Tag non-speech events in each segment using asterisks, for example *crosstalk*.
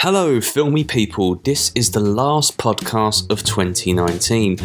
Hello, filmy people. This is the last podcast of 2019.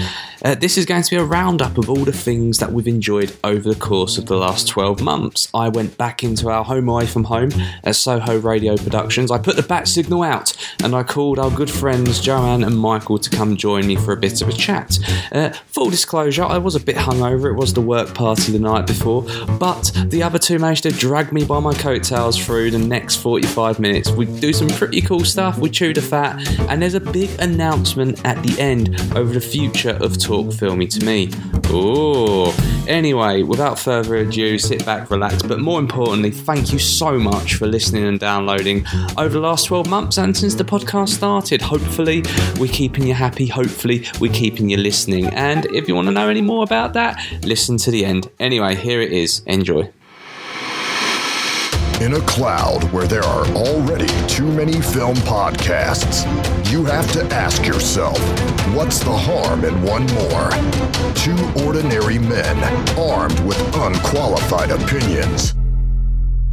Uh, this is going to be a roundup of all the things that we've enjoyed over the course of the last 12 months. I went back into our home away from home at Soho Radio Productions. I put the bat signal out and I called our good friends Joanne and Michael to come join me for a bit of a chat. Uh, full disclosure, I was a bit hungover. It was the work party the night before, but the other two managed to drag me by my coattails through the next 45 minutes. We do some pretty cool stuff, we chew the fat, and there's a big announcement at the end over the future of Talk Filmy to Me. Ooh. Anyway, without further ado, sit back, relax, but more importantly, thank you so much for listening and downloading over the last 12 months and since the podcast started. Hopefully, we're keeping you happy. Hopefully, we're keeping you listening. And if you want to know any more about that, listen to the end. Anyway, here it is. Enjoy. In a cloud where there are already too many film podcasts, you have to ask yourself, what's the harm in one more? Two ordinary men armed with unqualified opinions.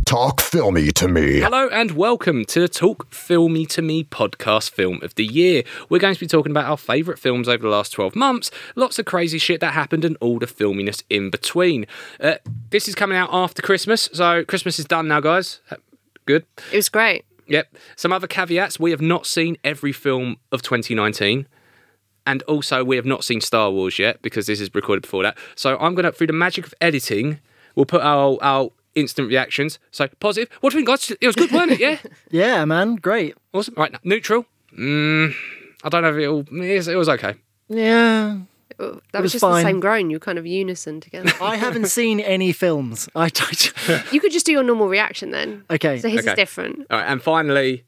Talk filmy to me. Hello and welcome to the Talk Filmy to Me podcast film of the year. We're going to be talking about our favourite films over the last 12 months, lots of crazy shit that happened, and all the filminess in between. Uh, this is coming out after Christmas, so Christmas is done now, guys. Good. It was great. Yep. Some other caveats we have not seen every film of 2019. And also, we have not seen Star Wars yet because this is recorded before that. So, I'm going to, through the magic of editing, we'll put our, our instant reactions. So, positive. What do you think, guys? It was good, wasn't it? Yeah. Yeah, man, great. Awesome. Right. Neutral. Mm, I don't know if it all. It was, it was okay. Yeah. That It was, was just fine. the same groan. You were kind of unison together. I haven't seen any films. I don't. *laughs* you could just do your normal reaction then. Okay. So his Okay. is different. All right. And finally,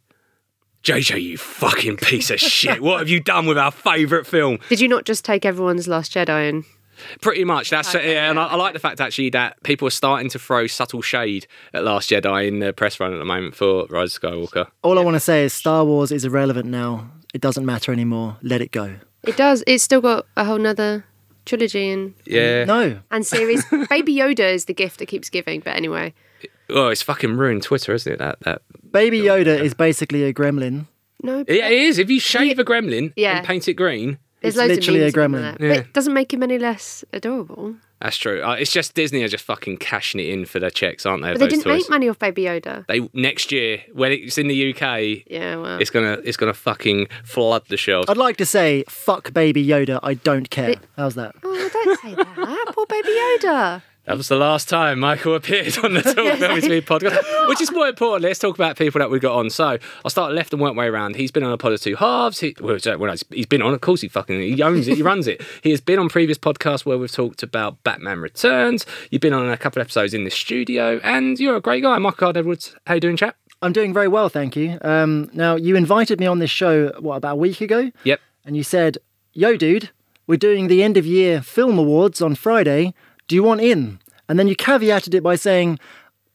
JJ, you fucking piece of shit. What have you done with our favourite film? Did you not just take everyone's Last Jedi and Pretty much. That's it. Yeah, and I, I like the fact actually that people are starting to throw subtle shade at Last Jedi in the press run at the moment for Rise of Skywalker. All I want to say is Star Wars is irrelevant now. It doesn't matter anymore. Let it go. it does? It's still got a whole nother trilogy and Yeah. No. and *laughs* series. Baby Yoda is the gift that keeps giving. But anyway, Oh, it's fucking ruined Twitter, isn't it? That that. Baby Yoda is basically a gremlin. no. but Yeah, it is. If you shave a gremlin Yeah. and paint it green, There's It's loads literally a of memes on gremlin. there. But it doesn't make him any less adorable. that's true. Uh, it's just Disney are just fucking cashing it in for their checks, aren't they? But they those didn't toys? make money off Baby Yoda. they next year when it's in the UK, Yeah, well, it's gonna it's gonna fucking flood the shelves. I'd like to say, fuck Baby Yoda. I don't care. How's that? oh, don't say that. Poor Baby Yoda. That was the last time Michael appeared on the Talk Film to Me podcast, which is more important. Let's talk about people that we got on. So I'll start left and work my way around. He's been on a pod of two halves. He, well, so- well, he's- he's been on. Of course, he fucking he owns it. He runs it. He has been on previous podcasts where we've talked about Batman Returns. You've been on a couple of episodes in the studio, and you're a great guy, Michael Card Edwards. How you doing, chap? I'm doing very well, thank you. Um, now, you invited me on this show, what, about a week ago? Yep. And you said, yo, dude, we're doing the end of year film awards on Friday. Do you want in? And then you caveated it by saying,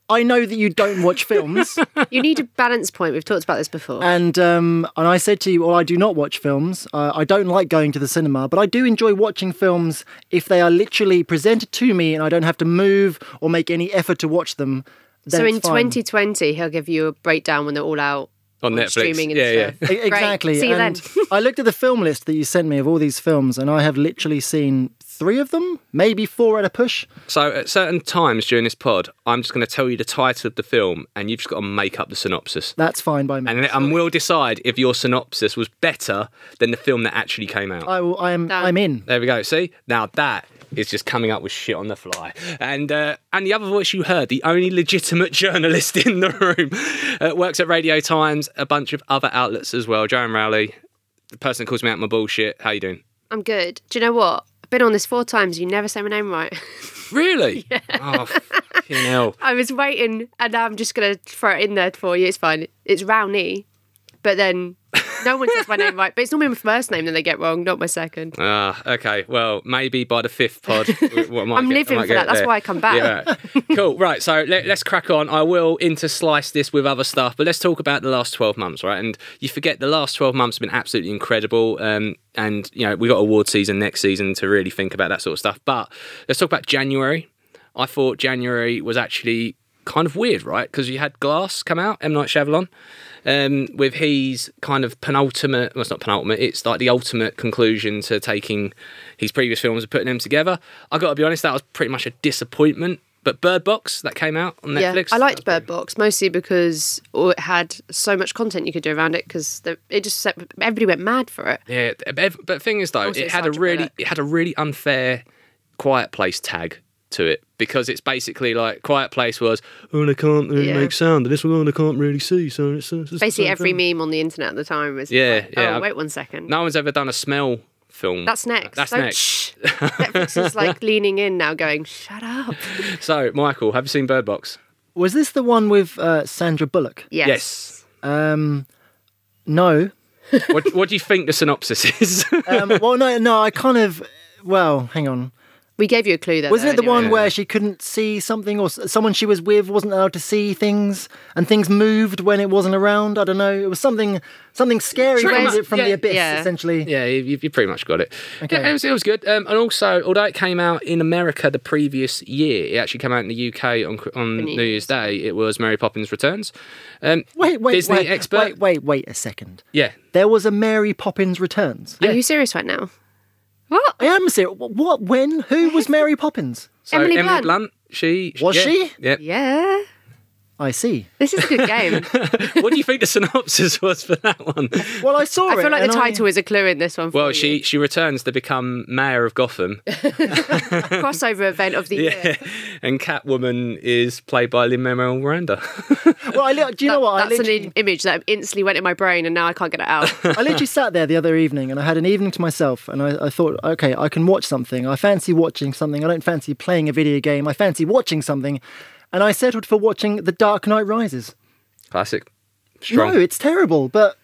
I know that you don't *laughs* watch films. You need a balance point. We've talked about this before. And um, and I said to you, well, I do not watch films. Uh, I don't like going to the cinema, but I do enjoy watching films if they are literally presented to me and I don't have to move or make any effort to watch them. then So in it's fine. 2020, he'll give you a breakdown when they're all out On Netflix. streaming and Yeah, yeah. stuff. E- Great. exactly. See you and then. I looked at the film list that you sent me of all these films, and I have literally seen three of them, maybe four at a push. So at certain times during this pod, I'm just going to tell you the title of the film, and you've just got to make up the synopsis. That's fine by me. and, and we'll decide if your synopsis was better than the film that actually came out. I will, I am Done. I'm in. there we go. See, now that is just coming up with shit on the fly. And uh, and the other voice you heard, the only legitimate *laughs* journalist in the room, uh, works at Radio Times, a bunch of other outlets as well. Joan Rowley, the person that calls me out my bullshit. How you doing? I'm good. Do you know what? I've been on this four times. You never say my name right. *laughs* Really? Oh, fucking hell. I was waiting, and now I'm just gonna throw it in there for you. It's fine. It's Rowney, but then no one says my name right. But it's normally my first name that they get wrong, not my second. Uh, Ah, okay. Well, maybe by the fifth pod, we- we might *laughs* I'm get- living might for get that. That's there. why I come back. Yeah, right. *laughs* cool. Right. So let, us crack on. I will interslice this with other stuff, but let's talk about the last 12 months, right? And you forget the last 12 months have been absolutely incredible. Um, and, you know, we got award season next season to really think about that sort of stuff. But let's talk about January. I thought January was actually kind of weird, right? Because you had Glass come out, M Night Shyamalan, um, with his kind of penultimate. Well, it's not penultimate. It's like the ultimate conclusion to taking his previous films and putting them together. I got to be honest, that was pretty much a disappointment. But Bird Box that came out on Netflix. Yeah, I liked that was Bird Box mostly because oh, it had so much content you could do around it because it just set, everybody went mad for it. Yeah, th- but ev- but thing is though, Also, it it's had a hard to really predict. it had a really unfair Quiet Place tag to it because it's basically like Quiet Place was oh they can't really Yeah. make sound and this one oh they can't really see so it's, uh, it's the Basically, same every thing." meme on the internet at the time was Yeah, like, oh, yeah. wait one second. no one's ever done a smell film. That's next. That's Don't- next. Shh. Netflix is like leaning in now, going, "Shut up." So Michael, have you seen Bird Box? Was this the one with uh, Sandra Bullock? Yes. Um, no. Yes. what, what do you think the synopsis is? Um, *laughs* well, no, no. I kind of. Well, hang on. We gave you a clue there. Wasn't though, it the one anyway. where she couldn't see something, or s- someone she was with wasn't allowed to see things, and things moved when it wasn't around? I don't know. It was something, something scary Pretty from, much, the, from the yeah, abyss, yeah. essentially. Yeah, you, you pretty much got it. Yeah, it was, it was good. Um, and also, although it came out in America the previous year, it actually came out in the UK on on New Year's Day. It was Mary Poppins Returns. Um, Wait, wait, Disney wait, expert. wait, wait, wait a second. Yeah, There was a Mary Poppins Returns. Are you serious right now? What? I am serious. Wh- What? When? Who was Mary Poppins? so Emily Blunt. she Was yeah, she? Yeah. *laughs* Yeah. I see. This is a good *laughs* game. what do you think the synopsis was for that one? Well, I saw I it. feel like and the title is a clue in this one. For Well, you. she she returns to become mayor of Gotham, *laughs* *laughs* crossover event of the year. and Catwoman is played by Lin Manuel Miranda. Well, I li- do you know what? I That's an literally, i- image that instantly went in my brain, and now I can't get it out. I literally sat there the other evening and I had an evening to myself and I, I thought, okay, I can watch something. I fancy watching something. I don't fancy playing a video game. I fancy watching something. And I settled for watching The Dark Knight Rises. Classic, strong. No, it's terrible, but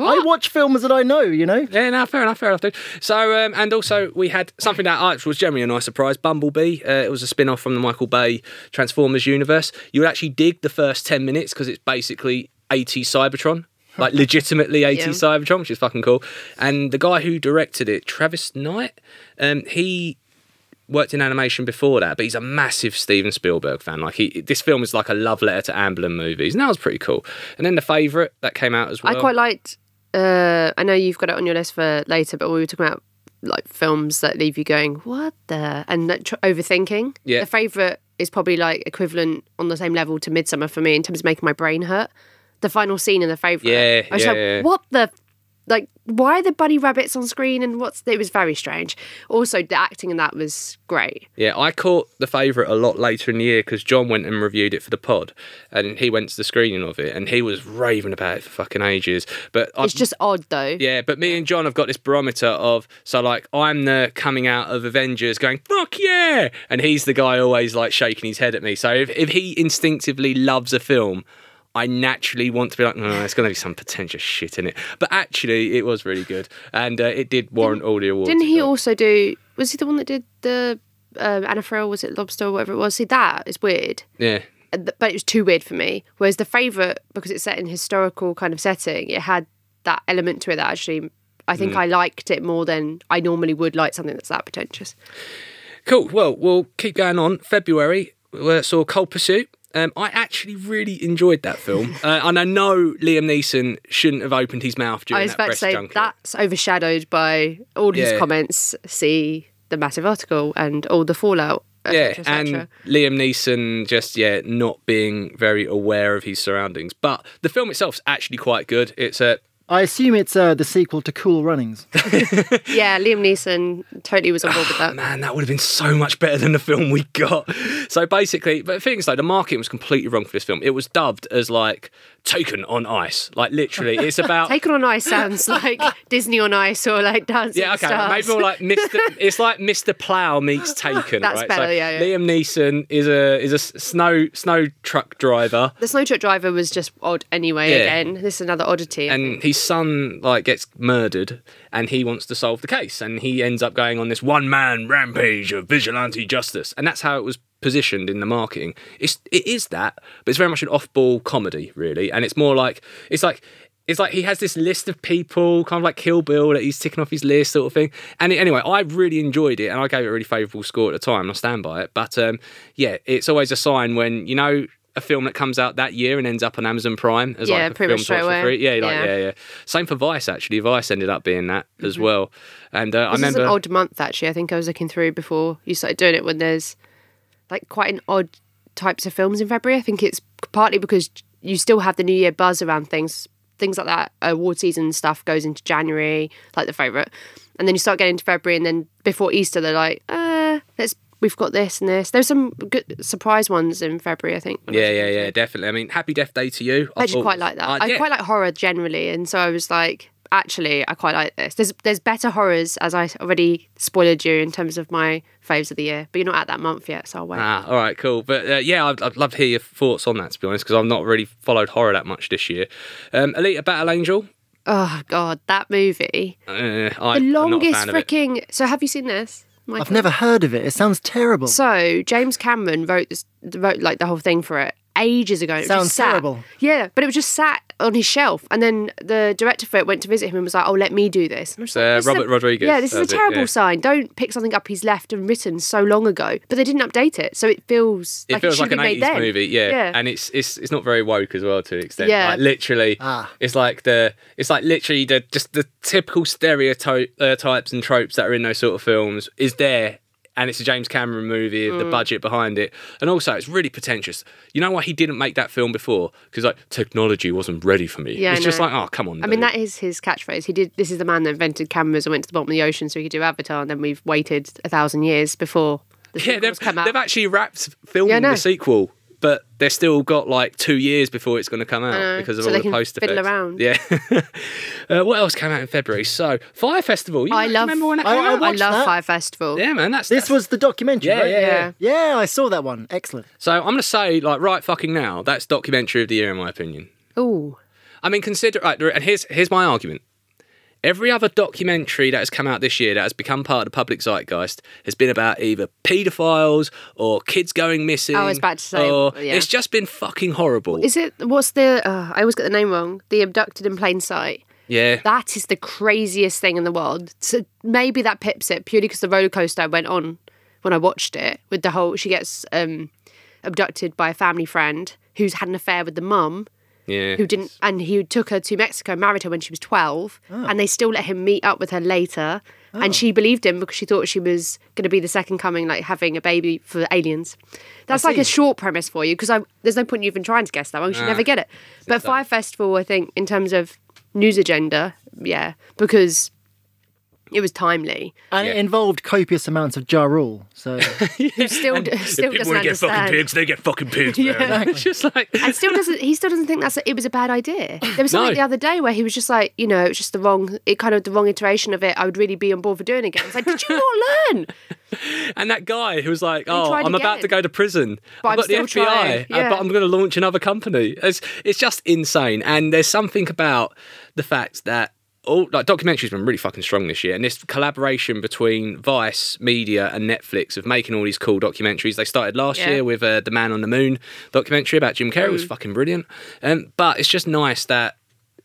I watch films that I know, you know? Yeah, no, fair enough, fair enough, dude. So, um, and also we had something that I- was generally a nice surprise, Bumblebee. Uh, it was a spin-off from the Michael Bay Transformers universe. You would actually dig the first 10 minutes because it's basically 80 Cybertron. Like legitimately 80 Yeah. Cybertron, which is fucking cool. And the guy who directed it, Travis Knight, um, he worked in animation before that, but he's a massive Steven Spielberg fan. Like he, this film is like a love letter to Amblin movies, and that was pretty cool. And then the favorite that came out as well. I quite liked. Uh, I know you've got it on your list for later, but we were talking about like films that leave you going, "What the?" and like, tr- overthinking. Yeah. The favorite is probably like equivalent on the same level to Midsummer for me in terms of making my brain hurt. The final scene in the favorite. Yeah, I was yeah, like, yeah. "What the." Like, why are the bunny rabbits on screen? And what's it was very strange. Also, the acting in that was great. Yeah, I caught the favourite a lot later in the year because John went and reviewed it for the pod, and he went to the screening of it, and he was raving about it for fucking ages. But I, It's just odd though. yeah, but me and John have got this barometer of so like I'm the coming out of Avengers going fuck yeah, and he's the guy always like shaking his head at me. So if, if he instinctively loves a film. I naturally want to be like, no, there's going to be some potential shit in it. But actually, it was really good. And uh, it did warrant all the awards. Didn't it he got. also do? Was he the one that did the um, Anna Frill? Was it Lobster or whatever it was? See, that is weird, Yeah. And th- but it was too weird for me. Whereas the favorite, because it's set in historical kind of setting, it had that element to it that actually. I Mm. think I liked it more than I normally would like something that's that pretentious. Cool. Well, we'll keep going on. February uh, saw Cold Pursuit. Um, I actually really enjoyed that *laughs* film, uh, and I know Liam Neeson shouldn't have opened his mouth during I was that about to breast say junket. that's overshadowed by all his Yeah. comments. See the massive article and all the fallout. et yeah, cetera, et and cetera. Liam Neeson just yeah not being very aware of his surroundings. But the film itself's actually quite good. It's a I assume it's uh, the sequel to Cool Runnings. yeah, Liam Neeson totally was on *sighs* board with that. Oh, man, that would have been so much better than the film we got. *laughs* So basically, but the thing is, though, the marketing was completely wrong for this film. It was dubbed as like Taken on Ice. Like literally, *laughs* it's about *laughs* Taken on Ice sounds like Disney on Ice or like Dance Yeah, with okay. the Stars. Maybe more *laughs* like Mr. it's like Mr. Plow meets Taken. That's right? better, yeah, yeah. Liam Neeson is a is a s- snow snow truck driver, the snow truck driver was just odd anyway. Yeah. Again, this is another oddity. and his son like gets murdered, and he wants to solve the case, and he ends up going on this one man rampage of vigilante justice, and that's how it was positioned in the marketing. It's it is that, but it's very much an off ball comedy, really, and it's more like it's like. It's like he has this list of people, kind of like Kill Bill, that he's ticking off his list, sort of thing. And it, anyway, I really enjoyed it, and I gave it a really favourable score at the time. and I stand by it, but um, yeah, it's always a sign when you know a film that comes out that year and ends up on Amazon Prime as Yeah, like a pretty film much straight to watch away. for free. Yeah, like, Yeah. Mm-hmm. yeah, yeah, Same for Vice actually. Vice ended up being that as well. And uh, I This is remember an odd month actually. I think I was looking through before you started doing it when there's like quite an odd types of films in February. I think it's partly because you still have the New Year buzz around things, things like that. Award season stuff goes into January, like the favorite, and then you start getting into February, and then before Easter they're like, uh, let's we've got this and this. There's some good surprise ones in February, I think. Yeah, yeah, yeah, definitely. I mean, Happy Death Day to you. I actually thought- quite like that. Uh, I yeah. quite like horror generally, and so I was like, actually, I quite like this. There's there's better horrors as I already spoiled you in terms of my faves of the year, but you're not at that month yet, so I'll wait. Ah, all right, cool. But uh, yeah, I'd, I'd love to hear your thoughts on that, to be honest, because I've not really followed horror that much this year. Um, Elite Battle Angel. Oh god, that movie, Uh, I, the I'm not a longest fan of it. freaking. So have you seen this? I've Michael? never heard of it. It sounds terrible. So James Cameron wrote this, wrote like the whole thing for it ages ago. It was Sounds just sat- terrible. Yeah, but it was just sat on his shelf, and then the director for it went to visit him and was like, "Oh, let me do this." And I was like, Uh, "This is a- Robert Rodriguez, Yeah, this is a that's it, terrible yeah. sign. Don't pick something up he's left and written so long ago. But they didn't update it, so it feels It like feels it like should an be made eighties then. movie, yeah. yeah. and it's it's it's not very woke as well to an extent. Yeah. like, literally, it's like the it's like literally the just the typical stereotypes uh, types and tropes that are in those sort of films is there, and it's a James Cameron movie, the Mm. budget behind it, and also it's really pretentious. You know why he didn't make that film before? Because like technology wasn't ready for me. Yeah, I it's just know. like oh come on. I mean, dude. that is his catchphrase. He did. This is the man that invented cameras and went to the bottom of the ocean so he could do Avatar, and then we've waited a thousand years before the Yeah, sequels they've, come out. they've actually wrapped filming Yeah, I know. the sequel, but they've still got like two years before it's going to come out know, because of Uh, so all they the can post fiddle effects. around. Yeah. *laughs* uh, what else came out in February? So Fire Festival. You I love. remember when that I- came I out? I watched love that. Fire Festival. yeah, man. That's This that's- was the documentary, Yeah, right? yeah, yeah. Yeah, I saw that one. Excellent. So I'm going to say like right fucking now. That's documentary of the year in my opinion. Ooh. I mean, consider right, there- and here's here's my argument. Every other documentary that has come out this year that has become part of the public zeitgeist has been about either paedophiles or kids going missing. Oh, I was about to say, or- yeah. it's just been fucking horrible. Is it what's the? Uh, I always get the name wrong. The abducted in plain sight. yeah, That is the craziest thing in the world. So maybe that pips it purely because the roller coaster I went on when I watched it with the whole. She gets um, abducted by a family friend who's had an affair with the mum yeah. who didn't, and he took her to Mexico, married her when she was twelve, Oh. and they still let him meet up with her later. And she believed him because she thought she was going to be the second coming, like having a baby for aliens. That's like a short premise for you because there's no point in you even trying to guess that one 'cause you never get it. But Fire Festival, I think, in terms of news agenda, yeah, because it was *laughs* timely. And it involved copious amounts of Ja Rule. *laughs* So Still, still doesn't wanna understand. they get fucking *laughs* pigs. Man. it's *laughs* just like and still doesn't he still doesn't think that's it was a bad idea there was something No. the other day where he was just like you know it was just the wrong it kind of the wrong iteration of it i would really be on board for doing it again it's like did you not learn and that guy who was like, "Oh, tried I'm about again. to go to prison. But I've I'm got the still FBI, trying, uh, yeah. but I'm going to launch another company." It's it's just insane. And there's something about the fact that all like documentaries been really fucking strong this year, and this collaboration between Vice Media and Netflix of making all these cool documentaries. They started last Yeah. Mm. year with uh, the Man on the Moon documentary about Jim Carrey. It was fucking brilliant. Um, but it's just nice that.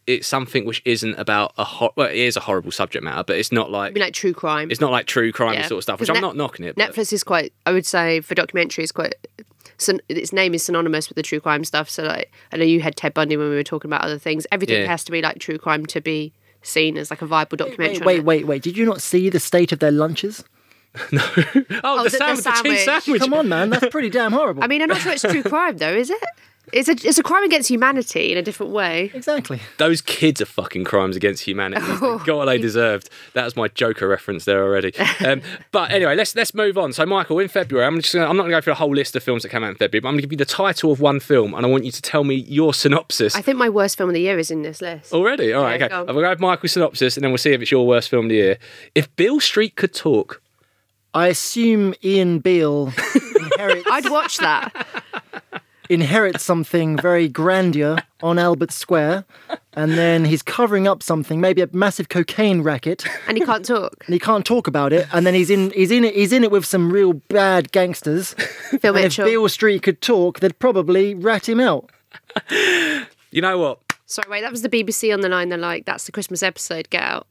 It's something which isn't about a hor- well, it is a horrible subject matter, but it's not like i mean like true crime it's not like true crime Yeah. sort of stuff, which Because I'm Net- not knocking it. but- netflix is quite i would say for documentaries quite syn- its name is synonymous with the true crime stuff so like i know you had ted bundy when we were talking about other things everything Yeah. has to be like true crime to be seen as like a viable documentary wait, on wait, it. wait, wait. Did you not see the state of their lunches? Oh, the- the the, sandwich, the cheese sandwich. sandwich. Come on, man. That's pretty damn *laughs* horrible. i mean i'm not sure it's true crime though is it it's a, it's a crime against humanity in a different way exactly. Those kids are fucking crimes against humanity. God, they deserved. That was my Joker reference there already. Um, but anyway, let's let's move on. So, Michael, in February, I'm just gonna, I'm not going to go through a whole list of films that came out in February, but I'm going to give you the title of one film, and I want you to tell me your synopsis. I think my worst film of the year is in this list. already, all right, Yeah, okay. go I'm on. going to go with Michael's synopsis, and then we'll see if it's your worst film of the year. If Bill Street could talk, I assume Ian Beale *laughs* inherits, I'd watch that. inherits something very grandeur on Albert Square, and then he's covering up something, maybe a massive cocaine racket, And he can't talk. *laughs* and he can't talk about it. And then he's in, he's in it, he's in it with some real bad gangsters. Phil And if Mitchell. Beale Street could talk, they'd probably rat him out. you know what? Sorry, wait, that was the BBC on the line. They're like, that's the Christmas episode, get *laughs* out.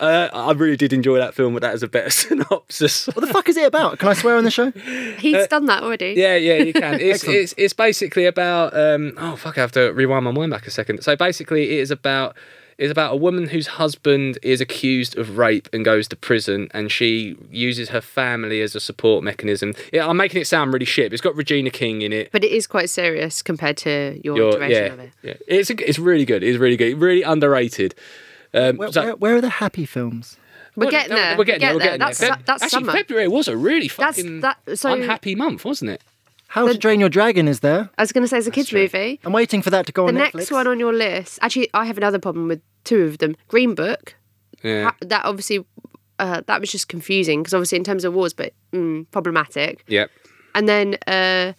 Uh, I really did enjoy that film, but that is a better *laughs* synopsis. What the fuck is it about? Can I swear on the show? He's done that already. Yeah, yeah, *laughs* you can. It's it's, it's basically about um, oh fuck, I have to rewind my mind back a second. So basically, it is about it's about a woman whose husband is accused of rape and goes to prison, and she uses her family as a support mechanism. Yeah, I'm making it sound really shit. But it's got Regina King in it. But it is quite serious compared to your, Your- duration yeah, of it. yeah, it's a, it's really good. It's really good. Really underrated. Um, Where, so- where, where are the happy films? We're Well, getting no, there. We're getting there. We're getting That's, there. su- Feb- that's Actually, summer. February was a really That's- fucking that- so- unhappy month, wasn't it? How to Drain Your Dragon is there. I was going to say it's a kids' movie. I'm waiting for that to go The on Netflix. next one on your list. Actually, I have another problem with two of them. Green Book. Yeah. Ha- That obviously, uh, that was just confusing because obviously in terms of wars, but mm, problematic. Yep. And then uh,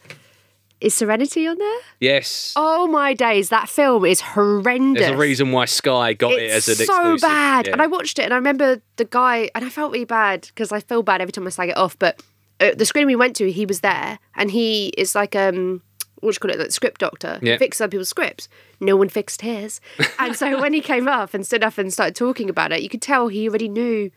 is Serenity on there? Yes. Oh my days! That film is horrendous. There's a reason why Sky got it It's as an so exclusive. bad. Yeah. And I watched it, and I remember the guy, and I felt really bad because I feel bad every time I slag it off. But uh, the screen we went to, he was there, and he is like um, what do you call it, like script doctor. Yeah. He fixes other people's scripts. No one fixed *laughs* his, and so when he came up and stood up and started talking about it, you could tell he already knew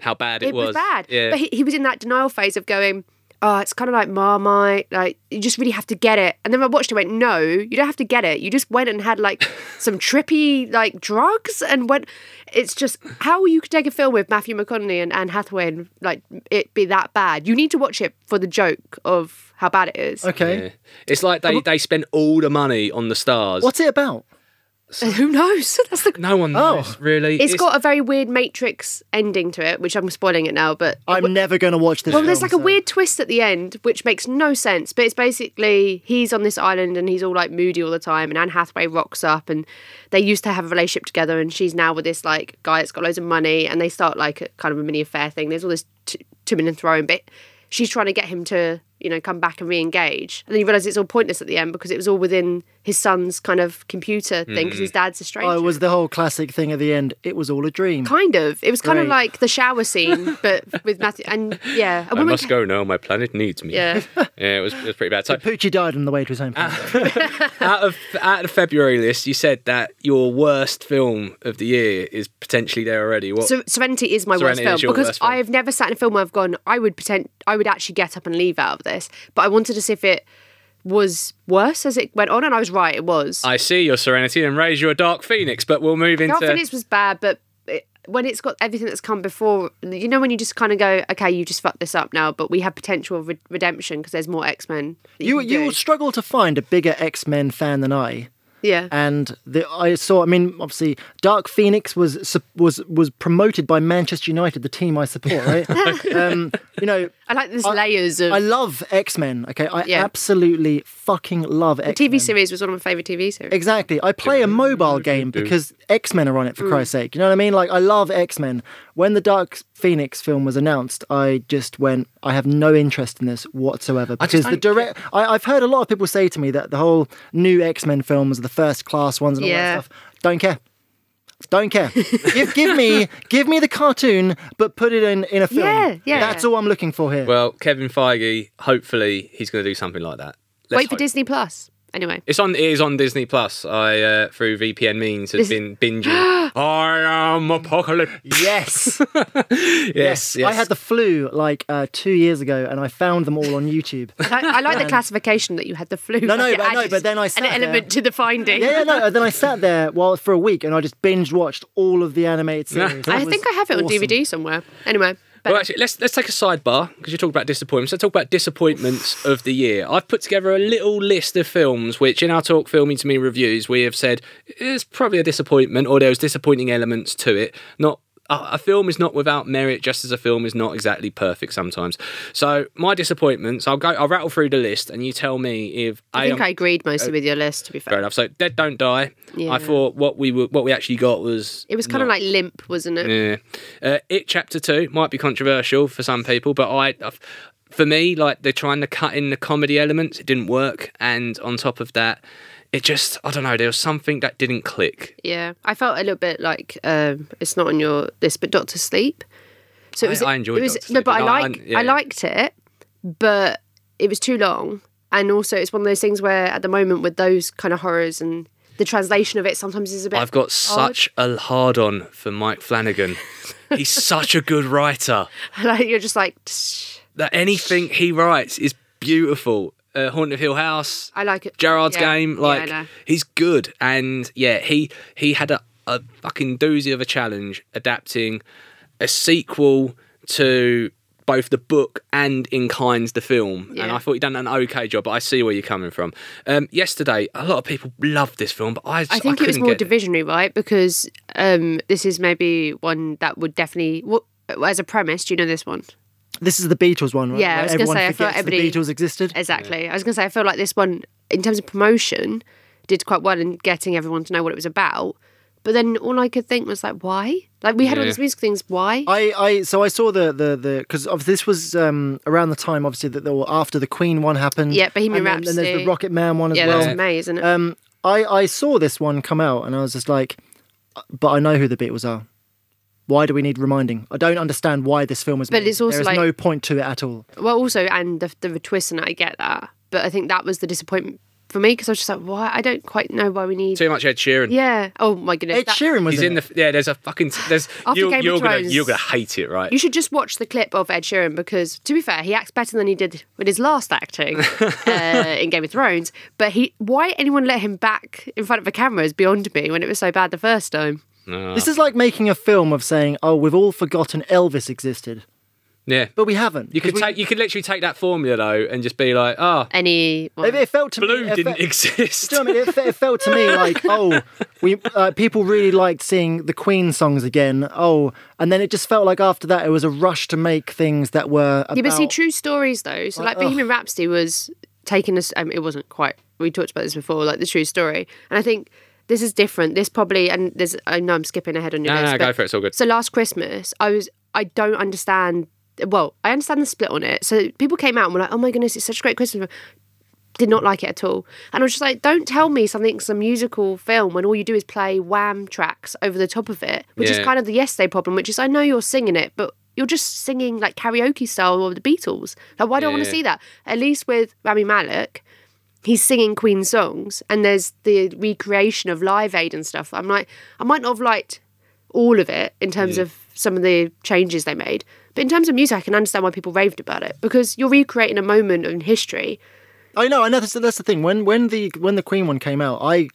how bad it, it, was. bad. Yeah. But he, he was in that denial phase of going, oh, it's kind of like Marmite. Like, you just really have to get it. And then I watched it and went, no, you don't have to get it. You just went and had like *laughs* some trippy like drugs and went. It's just how you could take a film with Matthew McConaughey and Anne Hathaway and like it be that bad. You need to watch it for the joke of how bad it is. Okay. Yeah. It's like they, they spend all the money on the stars. What's it about? *laughs* Who knows? That's the. No one Oh. knows, really. it's got a very weird Matrix ending to it, which I'm spoiling it now, but I'm never going to watch this. Well, there's film, like a so- weird twist at the end, which makes no sense. But it's basically he's on this island and he's all like moody all the time. And Anne Hathaway rocks up, and they used to have a relationship together, and she's now with this like guy that's got loads of money, and they start like a, kind of a mini affair thing. There's all this t- toing and throwing, but she's trying to get him to you know come back and re-engage. And then you realise it's all pointless at the end because it was all within his son's kind of computer thing because his dad's a stranger. Oh, it was the whole classic thing at the end. It was all a dream. Kind of. It was kind of Great. like the shower scene, *laughs* but with Matthew. And yeah, a I woman. must go now. My planet needs me. yeah. *laughs* Yeah, it was, it was pretty *laughs* bad. So, Poochie died on the way to his home. Ah, out of out of February list, you said that your worst film of the year is potentially there already. What? So Serenity is my worst Serenity is film your because worst film. I have never sat in a film where I've gone, I would pretend, I would actually get up and leave out of this. But I wanted to see if it was worse as it went on, and I was right, it was. I see your serenity and raise your dark phoenix, but we'll move into. Dark Phoenix was bad, but it, when it's got everything that's come before, you know, when you just kind of go, okay, you just fucked this up now, but we have potential of re- redemption because there's more X Men. you you will do. struggle to find a bigger X Men fan than I. yeah. And the, I saw. I mean, obviously, Dark Phoenix was sup- was was promoted by Manchester United, the team I support. *laughs* Right? um, you know, I like there's layers of. I love X Men. Okay, I Yeah. absolutely fucking love X Men. TV series was one of my favorite TV series. Exactly. I play a mobile game because X Men are on it, Mm. for Christ's sake. You know what I mean? Like, I love X Men. When the Dark Phoenix film was announced, I just went, I have no interest in this whatsoever. Because the direct, I, I've heard a lot of people say to me that the whole new X Men films are the first class ones and all Yeah. that stuff. Don't care. *laughs* Don't care. give, give me, give me the cartoon, but put it in in a film. Yeah, yeah. That's all I'm looking for here. well, Kevin Feige. Hopefully, he's going to do something like that. Let's Wait for hope. Disney Plus. Anyway. It's on. It is on Disney Plus. I uh, through VPN means This- has *gasps* been binging. I am apocalypse. *laughs* yes. Yes, yes. I had the flu like uh, two years ago, and I found them all on *laughs* YouTube. I, I like the classification that you had the flu. Um, No, no, Like, it but- no, added but then I an sat element there. to the finding. Yeah, yeah, no. and Then I sat there while for a week, and I just binge watched all of the animated series. I That think I was have it on awesome. DVD somewhere. Anyway, but Well, actually, let's let's take a sidebar because you talk about disappointments. Let's talk about disappointments of the year. I've put together a little list of films which, in our talk filming to me reviews, we have said it's probably a disappointment or there's disappointing elements to it. Not a, a film is not without merit, just as a film is not exactly perfect sometimes. So my disappointments, I'll go, I'll rattle through the list, and you tell me if I think am- I agreed mostly with your list. To be Uh, Fair fair, enough. So Dead Don't Die. Yeah. I thought what we were, what we actually got was it was kind of like limp, wasn't it? yeah. Uh, it Chapter Two might be controversial for some people, but I, I've- for me, like they're trying to cut in the comedy elements. It didn't work, and on top of that, it just I don't know. There was something that didn't click. Yeah, I felt a little bit like um, it's not on your list, but Doctor Sleep. So I- it was. I enjoyed it was, Doctor No, Sleep, but I and I- like. I, I- yeah. liked it, but it was too long, and also it's one of those things where at the moment with those kind of horrors and the translation of it sometimes is a bit. I've got odd. such a hard on for Mike Flanagan. He's such a good writer. *laughs* like you're just like, "Tsh, That anything he writes is beautiful. Uh, Haunted Hill House. I like it. Gerard's Yeah. game. Yeah, Like I know. he's good, and yeah, he he had a, a fucking doozy of a challenge adapting a sequel to both the book and in kind's the film and Yeah. i thought he'd done an okay job but i see where you're coming from um, yesterday a lot of people loved this film but i, just, I think it was couldn't more get it. divisionary, right? Because um, this is maybe one that would definitely, what, as a premise, do you know this one? This is the Beatles one, right? Yeah, I Where was gonna everyone say, I forgets thought everybody- the Beatles existed. Exactly. I was going to say, I feel like this one, in terms of promotion, did quite well in getting everyone to know what it was about. But then all I could think was like, why? Like we had all Yeah. these music things. Why? I, I so I saw the the the because this was um, around the time obviously that there were after the Queen one happened. Yeah, Bohemian and then, then there's the Rhapsody. Rocket Man one as yeah, well. that's May, isn't Uh, it? Um, I I saw this one come out and I was just like, but I know who the Beatles are. Why do we need reminding? I don't understand why this film was But made. it's also there is like- no point to it at all. well, also, and the, the twist, and I get that. But I think that was the disappointment for me because I was just like, why? I don't quite know why we need. too much ed sheeran yeah. Oh my goodness. Ed that- Sheeran was He's in the yeah. There's a fucking there's *sighs* After you, Game of you're gonna Thrones. you're gonna hate it, right? You should just watch the clip of Ed Sheeran because, to be fair, he acts better than he did with his last acting *laughs* uh, in Game of Thrones. But he, why anyone let him back in front of a camera is beyond me when it was so bad the first time. This is like making a film of saying, "Oh, we've all forgotten Elvis existed," yeah, but we haven't. you 'Cause could we- take you could literally take that formula though and just be like, ah, Any It, it felt to blue me, it didn't fe- *laughs* exist. Do you know what I mean? It, fe- it felt *laughs* to me like, oh, we uh, people really liked seeing the Queen songs again. Oh, and then it just felt like after that it was a rush to make things that were about, yeah, but see, true stories though. So like Bohemian Rhapsody was taking us. Um, it wasn't quite. We talked about this before, like the true story, and I think. This is different. This probably and there's. I know I'm skipping ahead on your No, list. no, go but- for it. It's all good. So last Christmas, I was I don't understand. Well, I understand the split on it. So people came out and were like, "Oh my goodness, it's such a great Christmas." film." Did not like it at all, and I was just like, "Don't tell me something's a musical film when all you do is play Wham tracks over the top of it," which Yeah. is kind of the yesterday problem. Which is, I know you're singing it, but you're just singing like karaoke style of the Beatles. Like, why do I want Yeah. to see that? At least with Rami Malek, he's singing Queen songs, and there's the recreation of Live Aid and stuff. I'm like, I might not have liked all of it in terms of some of the changes they made. But in terms of music, I can understand why people raved about it because you're recreating a moment in history. I know, I know. That's, that's the thing. When when the when the Queen one came out, I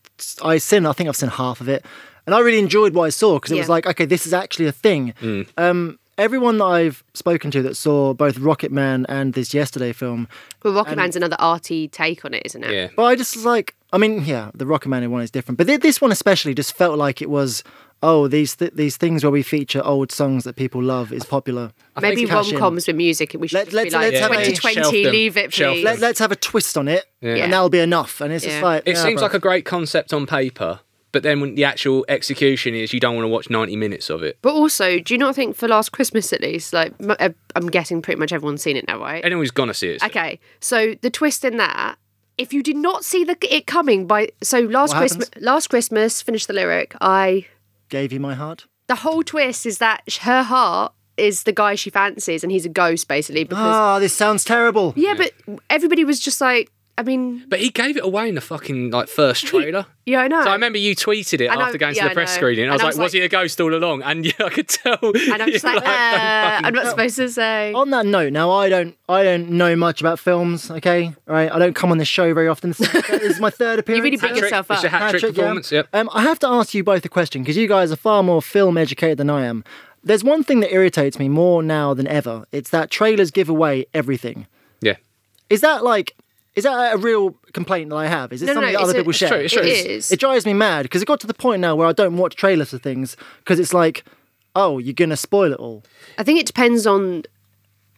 I seen. I think I've seen half of it, and I really enjoyed what I saw because it was Yeah. like, okay, this is actually a thing. Mm. Um, everyone that I've spoken to that saw both Rocket Man and this Yesterday film, But Rocket Man's another arty take on it, isn't it? Yeah. But I just was like, I mean, yeah, the Rocket Man one is different, but thi- this one especially just felt like it was, oh, these th- these things where we feature old songs that people love is popular. Maybe Let's cash rom in. coms with music, and we should Let- just let's- be like let's have a- 2020, Shelf them. leave it, Shelf please. them. Let, us have a twist on it, Yeah. and that'll be enough. And it's just Yeah. like It nah, seems bruv. like a great concept on paper, but then when the actual execution is you don't want to watch 90 minutes of it. But also, do you not think for last Christmas at least, like m- uh, I'm guessing pretty much everyone's seen it now, right? Anyone's gonna see it. Okay, so the twist in that, if you did not see the it coming by, so last What Christmas, last Christmas, finish the lyric. I gave you my heart. the whole twist is that sh- her heart is the guy she fancies, and he's a ghost basically. Because Ah, this sounds terrible. yeah, but everybody was just like, I mean, But he gave it away in the fucking like first trailer. yeah, I know. So I remember you tweeted it I know- after going yeah, to I the press know. screening. and I And was like, was he a ghost all along? And *laughs* yeah, I could tell. and I'm just *laughs* like, uh, I'm not supposed to say. On that note, now I don't I don't know much about films. Okay, All right, I don't come on this show very often. This is, this is my *laughs* third appearance. really big now. Hat-trick. yourself It's a up. hat trick Patrick, yeah. performance. Yep. Um, I have to ask you both a question because you guys are far more film educated than I am. There's one thing that irritates me more now than ever. It's that trailers give away everything. Yeah. Is that like, is that a real complaint that I have? Is it No, no, something no, that it's other a- people it's share? true, it's true. It is. It drives me mad because it got to the point now where I don't watch trailers for things because it's like, oh, you're gonna spoil it all. I think it depends on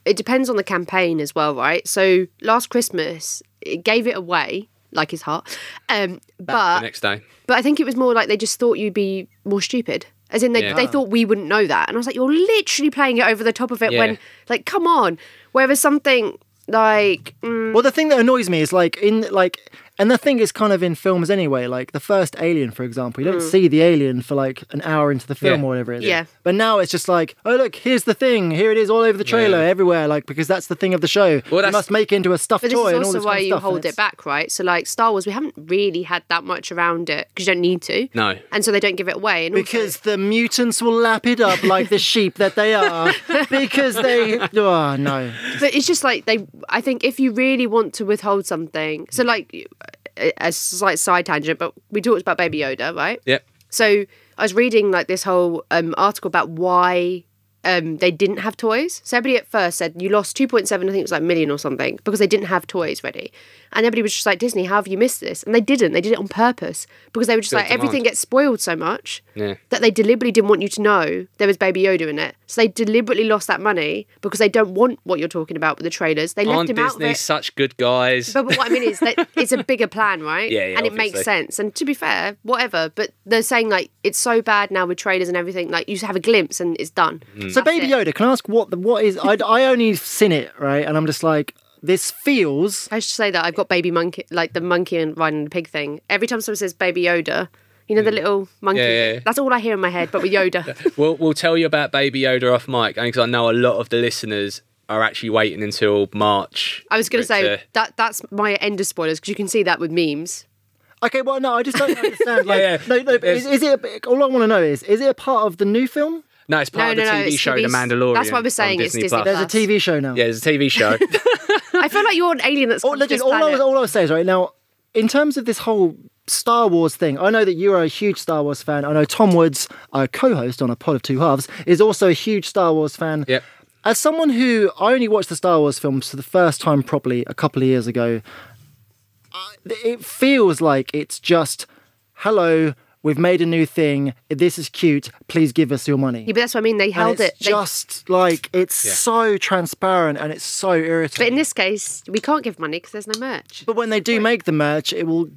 it depends on the campaign as well, right? So last Christmas, it gave it away like his heart, um, The but next day. But I think it was more like they just thought you'd be more stupid. As in, they, Yeah. they thought we wouldn't know that. And I was like, you're literally playing it over the top of it Yeah. when, like, come on. Whereas something like, mm, Well, the thing that annoys me is like in like And the thing is kind of in films anyway, like the first Alien, for example, you don't see the alien for like an hour into the film Yeah. or whatever it is. Mm. Yeah. But now it's just like, oh, look, here's the thing. Here it is all over the trailer, everywhere, like, because that's the thing of the show. Well, you that's- must make it into a stuffed But this toy is and all also this why kind of you stuff. and hold it's- it back, right? So, like Star Wars, we haven't really had that much around it because you don't need to. No. And so they don't give it away. And also- Because the mutants will lap it up like the sheep that they *laughs* are. Because they. Oh, no. but it's just like they. I think if you really want to withhold something, so like a a slight side tangent, but we talked about Baby Yoda, right? Yep. So I was reading like this whole um, article about why um, they didn't have toys. So everybody at first said you lost 2.7, I think it was like million or something, because they didn't have toys ready. And everybody was just like, Disney, how have you missed this? And they didn't. They did it on purpose because they were just Built like, everything demand. gets spoiled so much Yeah. that they deliberately didn't want you to know there was Baby Yoda in it. So they deliberately lost that money because they don't want what you're talking about with the trailers. They left Aren't him out of Disney it. such good guys? But, but what I mean is that it's a bigger plan, right? Yeah, yeah, And it obviously. makes sense. And to be fair, whatever. But they're saying like it's so bad now with trailers and everything. Like you have a glimpse and it's done. Mm. So, Baby Yoda, can I ask what the, what is? I I only seen it right, and I'm just like, this feels. I should say that I've got baby monkey, like the monkey and riding the pig thing. Every time someone says Baby Yoda, you know the little monkey. Mm. Yeah, yeah, yeah. That's all I hear in my head. But with *laughs* Yoda, We'll, we'll tell you about Baby Yoda off mic, because I know a lot of the listeners are actually waiting until March. I was going to for it say that that's my end of spoilers because you can see that with *laughs* memes. Okay, well, no, I just don't understand. *laughs* Like, yeah. no, no. But is, is it? a- All I want to know is, is it a part of the new film? No, it's part no, of the no, no, TV it's show The TV's Mandalorian. That's why we're on saying it's Disney There's a Plus. TV show now. Yeah, it's a *laughs* TV show. I feel like you're an alien that's oh, Oh, legit, all I was, all I was saying is right now, in terms of this whole Star Wars thing, I know that you are a huge Star Wars fan. I know Tom Woods, our co-host on a Pod of Two Halves, is also a huge Star Wars fan. Yep. As someone who I only watched the Star Wars films for the first time properly a couple of years ago, I- it feels like it's just, hello, we've made a new thing. This is cute. Please give us your money. Yeah, but that's what I mean. They and held it's it. They- just like it's so transparent and it's so irritating. but in this case, we can't give money because there's no merch. But when they do make the merch, it will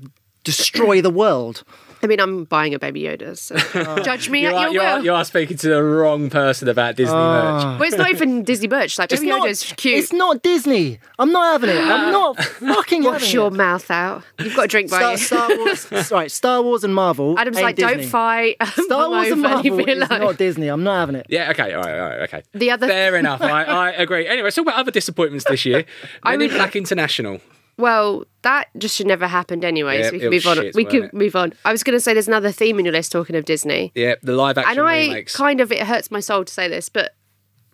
destroy *clears throat* the world. I mean, I'm buying a Baby Yoda, *laughs* so judge me you, at your are, you, will. are, you are speaking to the wrong person about Disney merch. Well, it's not even Disney merch. Like Baby Yoda's cute. It's not Disney. I'm not having it. *gasps* I'm not fucking having Wash your *laughs* it. mouth out. You've got a drink by Star, you. *laughs* Star Wars, right? Star Wars and Marvel. Adam's ain't like, Disney. don't fight. um, Star I'm Wars and over, leave Marvel me is alone. *laughs* not Disney. I'm not having it. Yeah, okay, all right, all right, okay. The other- Fair enough, *laughs* I, I agree. Anyway, let's talk about other disappointments this year. I Many would- Black International. Well, that just should never happened anyway. Yeah, so we it can was move on. shit, we weren't could it? move on. I was going to say there's another theme in your list talking of Disney. Yeah, the live action and I remakes. kind of it hurts my soul to say this, but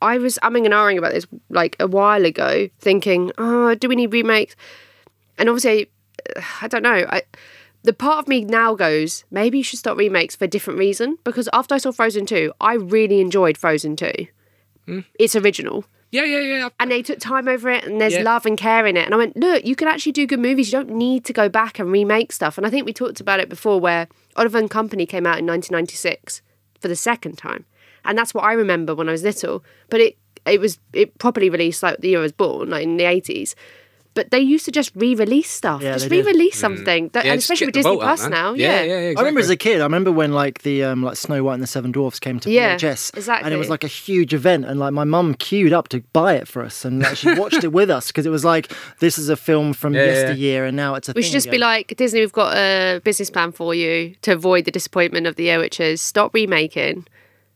I was umming and ahhing about this like a while ago, thinking, oh, do we need remakes? And obviously, *sighs* I don't know. I the part of me now goes, maybe you should stop remakes for a different reason because after I saw Frozen two, I really enjoyed Frozen two. It's original. yeah, yeah, yeah. And they took time over it, and there's Yeah. love and care in it. And I went, look, you can actually do good movies. You don't need to go back and remake stuff. And I think we talked about it before, where Oliver and Company came out in 1996 for the second time, and that's what I remember when I was little. But it it was it properly released like the year I was born, like in the 80s. But they used to just re-release stuff, Yeah, just they did. re-release something, that, Mm. Yeah, and just especially with get the Disney vote out, Plus man. now. Yeah, Yeah, yeah, yeah. I remember as exactly. a kid, I remember when like the um, like Snow White and the Seven Dwarfs came to Yeah, VHS, and exactly. it was like a huge event, and like my mum queued up to buy it for us, and like, she watched it with us because it was like this is a film from yeah. yesteryear, and now it's a. We thing should just be again. like Disney. We've got a business plan for you to avoid the disappointment of the year, which is stop remaking,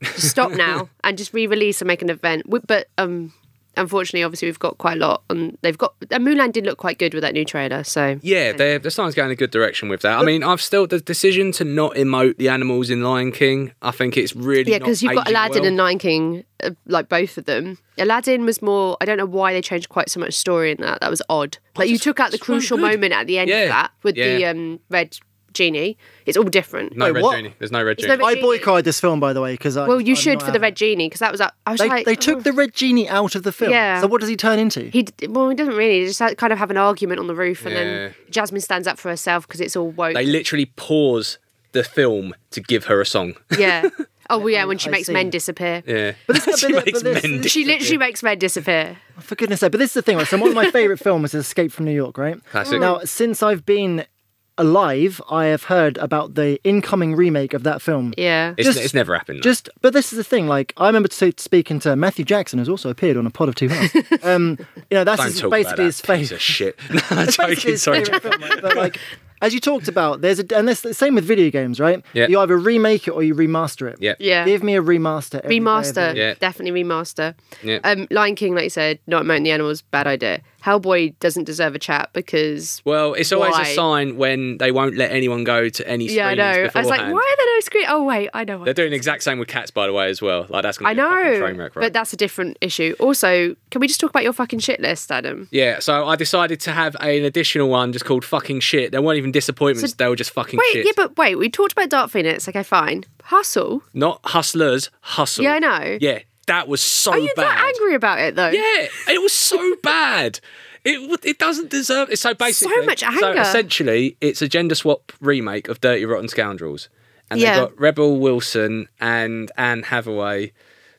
just *laughs* stop now, and just re-release and make an event. We, but um, unfortunately, obviously, we've got quite a lot, and they've got and Mulan did look quite good with that new trailer. So Yeah, they're, the sign's going in a good direction with that. I mean, I've still the decision to not emote the animals in Lion King. I think it's really yeah, because you've got Aladdin and Lion Lion King, uh, like both of them. Aladdin was more. I don't know why they changed quite so much story in that. That was odd. Like you took out the it's really crucial good. moment at the end Yeah, of that with the yeah. um, red genie. It's all different. no Wait, red what? genie. There's no red It's genie. no- I Genie. boycotted this film, by the way, because Well, you should for the red genie because that was. a- I was They, like they took the red genie out of the film. Yeah. So what does he turn into? He d- well, he doesn't really. He just had- kind of have an argument on the roof, and then Yeah. Jasmine stands up for herself because it's all woke. They literally pause the film to give her a song. yeah. *laughs* Oh well, yeah. When she I makes see. men disappear, Yeah, *laughs* *laughs* but she it- but makes this- men. she literally makes men disappear. For *laughs* goodness sake, but this is the thing, right? So one of my favourite films is Escape from New York, right? Classic. Now, since I've been alive, I have heard about the incoming remake of that film. Yeah. It's, Just- it's never happened. though. Just, but this is the thing. Like, I remember t- speaking to Matthew Jackson, who's also appeared on a Pod of Two Hearts. *laughs* um, you know, that's don't his- talk basically about that his face. piece of shit. *laughs* No, *laughs* I'm joking. his Sorry. favourite film, like, but like, *laughs* as you talked about, there's a and that's the same with video games, right? Yeah. You either remake it or you remaster it. Yeah. Yeah. Give me a remaster. every day of Remaster, it. Yeah. definitely remaster. Yeah. Um, Lion King, like you said, not mounting the animals, bad idea. Hellboy doesn't deserve a chat because Well, it's always Why? a sign when they won't let anyone go to any screenings yeah, I know. I was like, beforehand. why are there no screen? Oh wait, I know. They're doing the exact same with cats, by the way, as well. Like that's I going to be a fucking know, train wreck, right? but that's a different issue. Also, can we just talk about your fucking shit list, Adam? yeah, so I decided to have an additional one just called fucking shit. They weren't even disappointments, So- they were just fucking Wait, shit. yeah, but wait, we talked about Dark Phoenix. Okay, fine. Hustle. Not hustlers, hustle. Yeah, I know. Yeah, that was so Are you bad. that angry about it though? Yeah, it *laughs* was so bad. It w- it doesn't deserve it. So basically, much anger. essentially, it's a gender swap remake of Dirty Rotten Scoundrels, and Yeah. they've got Rebel Wilson and Anne Hathaway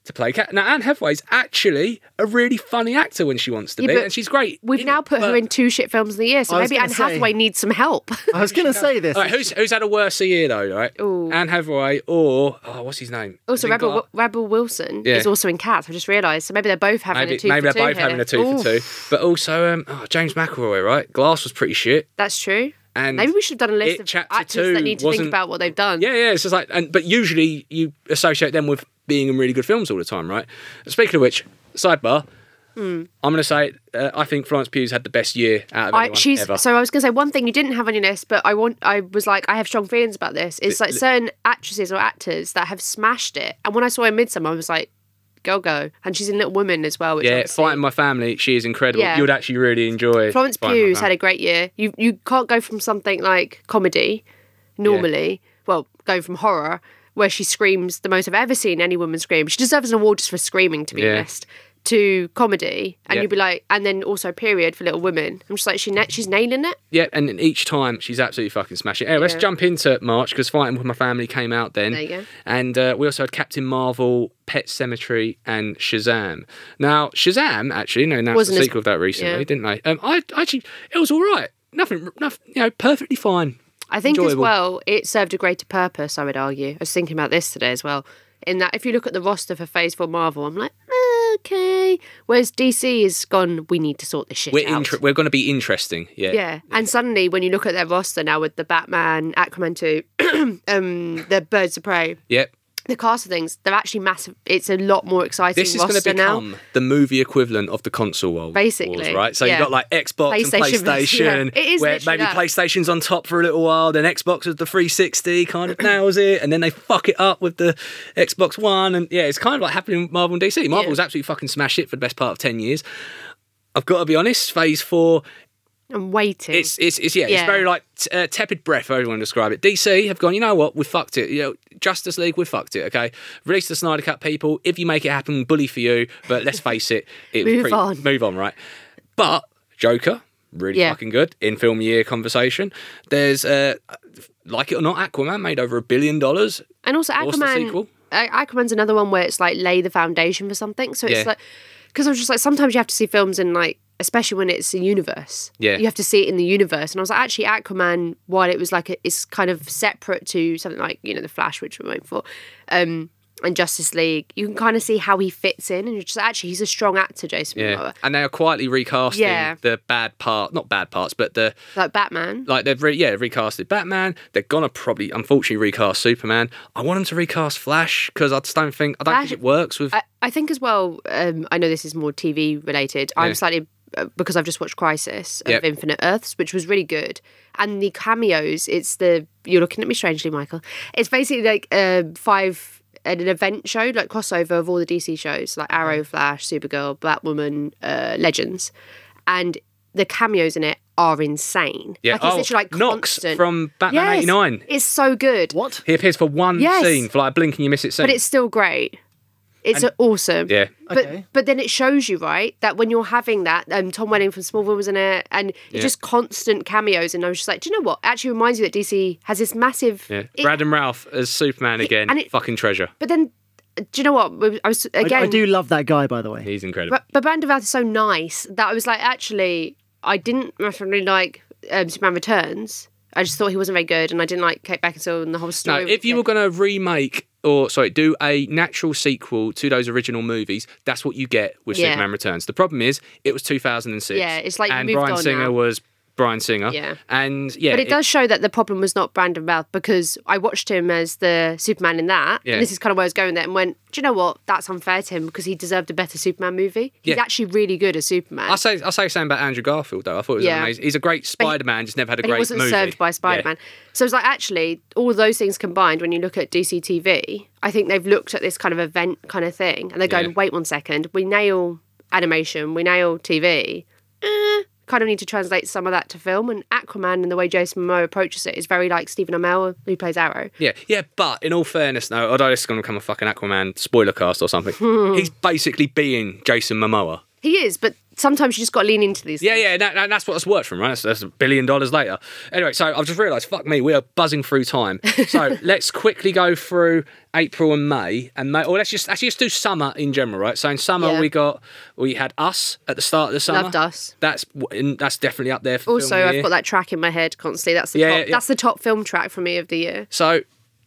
to play cat. Now Anne Hathaway's actually a really funny actor when she wants to Yeah, be, but and she's great. We've in now it, put her but- in two shit films in the year, so I was maybe Anne gonna say- Hathaway needs some *laughs* help. I *laughs* was gonna say this. All right, who's who's had a worse year though? Right, Anne Hathaway or oh, what's his name? Also, Has he Rebel, got- Rebel Wilson Yeah. is also in Cats. I just realised. So maybe they're both having Maybe, a two maybe for they're two both here. having a two Oof, for two, but also um, oh, James McElroy, right? Glass was pretty shit. That's true. And maybe we should have done a list It of Chapter actors that Two need to think wasn't- about what they've done. Yeah, yeah. It's just like, and but usually you associate them with being in really good films all the time, right? Speaking of which, sidebar. I'm going to say uh, I think Florence Pugh's had the best year out of Hmm. I, anyone she's ever. so I was gonna say one thing you didn't have on your list, but I want I was like I have strong feelings about this. It's like certain actresses or actors that have smashed it, and when I saw her in Midsummer, I was like, go go, and she's in Little Women as well. Which yeah, obviously- fighting my family. She is incredible. Yeah. You would actually really enjoy. Florence Fighting My Pugh's had Family. a great year. You you can't go from something like comedy, normally, well, going from horror, where she screams the most I've ever seen any woman scream. She deserves an award just for screaming, to be Yeah. honest. To comedy, and Yeah. you'd be like, and then also period for Little Women. I'm just like, she na- she's nailing it. Yeah, and then each time she's absolutely fucking smashing. Anyway, let's jump into March because Fighting with My Family came out then. There you go. And uh, we also had Captain Marvel, Pet Cemetery, and Shazam. Now, Shazam actually, no, announced Wasn't the as- sequel of that recently, yeah. didn't they? Um, I I actually, it was all right. Nothing, nothing, you know, perfectly fine. I think as Enjoyable. well, it served a greater purpose. I would argue. I was thinking about this today as well. In that, if you look at the roster for Phase Four Marvel, I'm like, okay. Whereas DC has gone, we need to sort this shit We're out. inter- we're going to be interesting. Yeah. Yeah. And suddenly, when you look at their roster now with the Batman, Aquaman 2, *clears throat* um, the Birds of Prey, Yep. the cast of things, they're actually massive. It's a lot more exciting This is going to roster now. become the movie equivalent of the console war, Basically, wars, right? So yeah. you've got like Xbox PlayStation and versus- *laughs* yeah. PlayStation, It is where literally maybe that. PlayStation's on top for a little while, then Xbox with the 360 kind of nails it, and then they fuck it up with the Xbox One, and yeah, it's kind of like happening with Marvel and DC. Marvel's absolutely fucking smashed it for the best part of ten years. I've got to be honest, Phase Four I'm waiting. it's it's, it's yeah, it's Yeah. very like t- uh, tepid breath. However you want to describe it. DC have gone. You know what? We fucked it. You know, Justice League. We fucked it. Okay, release the Snyder Cut, people. If you make it happen, bully for you. But let's face it, *laughs* it was Move on. Move on, right? But Joker, really Yeah. fucking good in film year conversation. There's uh, like it or not, Aquaman made over a billion dollars. and also, what's the Aquaman. sequel? A- Aquaman's another one where it's like lay the foundation for something. So it's Yeah. like, because I was just like, sometimes you have to see films in like, especially when it's a universe. Yeah. You have to see it in the universe. And I was like, actually, Aquaman, while it was like, a, it's kind of separate to something like, you know, The Flash, which we're waiting for. Um, and Justice League, you can kind of see how he fits in, and you're just actually he's a strong actor, Jason Yeah, Momoa, and they are quietly recasting Yeah. the bad part, not bad parts, but the like Batman. like they've re- yeah recasted Batman. They're gonna probably unfortunately recast Superman. I want them to recast Flash because I just don't think I don't Flash- think it works with. I, I think as well. Um, I know this is more TV related. Yeah. I'm slightly uh, because I've just watched Crisis of Yep. Infinite Earths, which was really good. And the cameos, it's the you're looking at me strangely, Michael. It's basically like uh, five an event show, like crossover of all the DC shows, like Arrow, Flash, Supergirl, Batwoman, uh, Legends, and the cameos in it are insane. yeah, like it's oh, literally like Knox constant. from Batman Yes, '89. It's so good, What? He appears for one Yes. scene for like a blink and you miss it. Scene. but it's still great. It's awesome. yeah, But Okay. but then it shows you right that when you're having that, um, Tom Welling from Smallville was in it, and it's just constant cameos, and I was just like, do you know what? Actually, reminds you that DC has this massive. yeah. it- Brad and Ralph as Superman again. and it- fucking treasure. but then, uh, do you know what? I was I, again. I do love that guy, by the way. He's incredible. But, but Brand of Earth is so nice that I was like, actually, I didn't necessarily like um, Superman Returns. I just thought he wasn't very good, and I didn't like Kate Beckinsale and the whole No, story. if you were going to remake or sorry, do a natural sequel to those original movies, that's what you get with Yeah. Superman Returns. The problem is it was 2006. Yeah, it's like you and moved Brian on Singer now. was Brian Singer. Yeah. and yeah, but it does show that the problem was not Brandon Routh because I watched him as the Superman in that, Yeah. and this is kind of where I was going there, and went, do you know what? That's unfair to him because he deserved a better Superman movie. He's Yeah. actually really good as Superman. I say I say the same about Andrew Garfield though. I thought he was Yeah. amazing. He's a great Spider-Man, just never had a but great he wasn't movie. served by Yeah. Spider-Man. So it's like actually all those things combined. When you look at DC TV, I think they've looked at this kind of event kind of thing, and they're going, Yeah. "Wait one second, we nail animation, we nail TV. Eh, kind of need to translate some of that to film." And Aquaman and the way Jason Momoa approaches it is very like Stephen Amell who plays Arrow. Yeah, yeah, but in all fairness, though, although this is going to become a fucking Aquaman spoiler cast *laughs* or something, he's basically being Jason Momoa. He is, but sometimes you just got to lean into these. Yeah, things. yeah, that, that- that's what it's worth from, right? That's, that's a billion dollars later. Anyway, so I've just realised, fuck me, we are buzzing through time. *laughs* So let's quickly go through April and May, and May, or let's just actually just do summer in general, right? So in summer Yeah. we got we had Us at the start of the summer. Loved Us. That's and that's definitely up there. For Also, film of the I've year. got that track in my head constantly. That's the Yeah, top, yeah, yeah. that's the top film track for me of the year. So,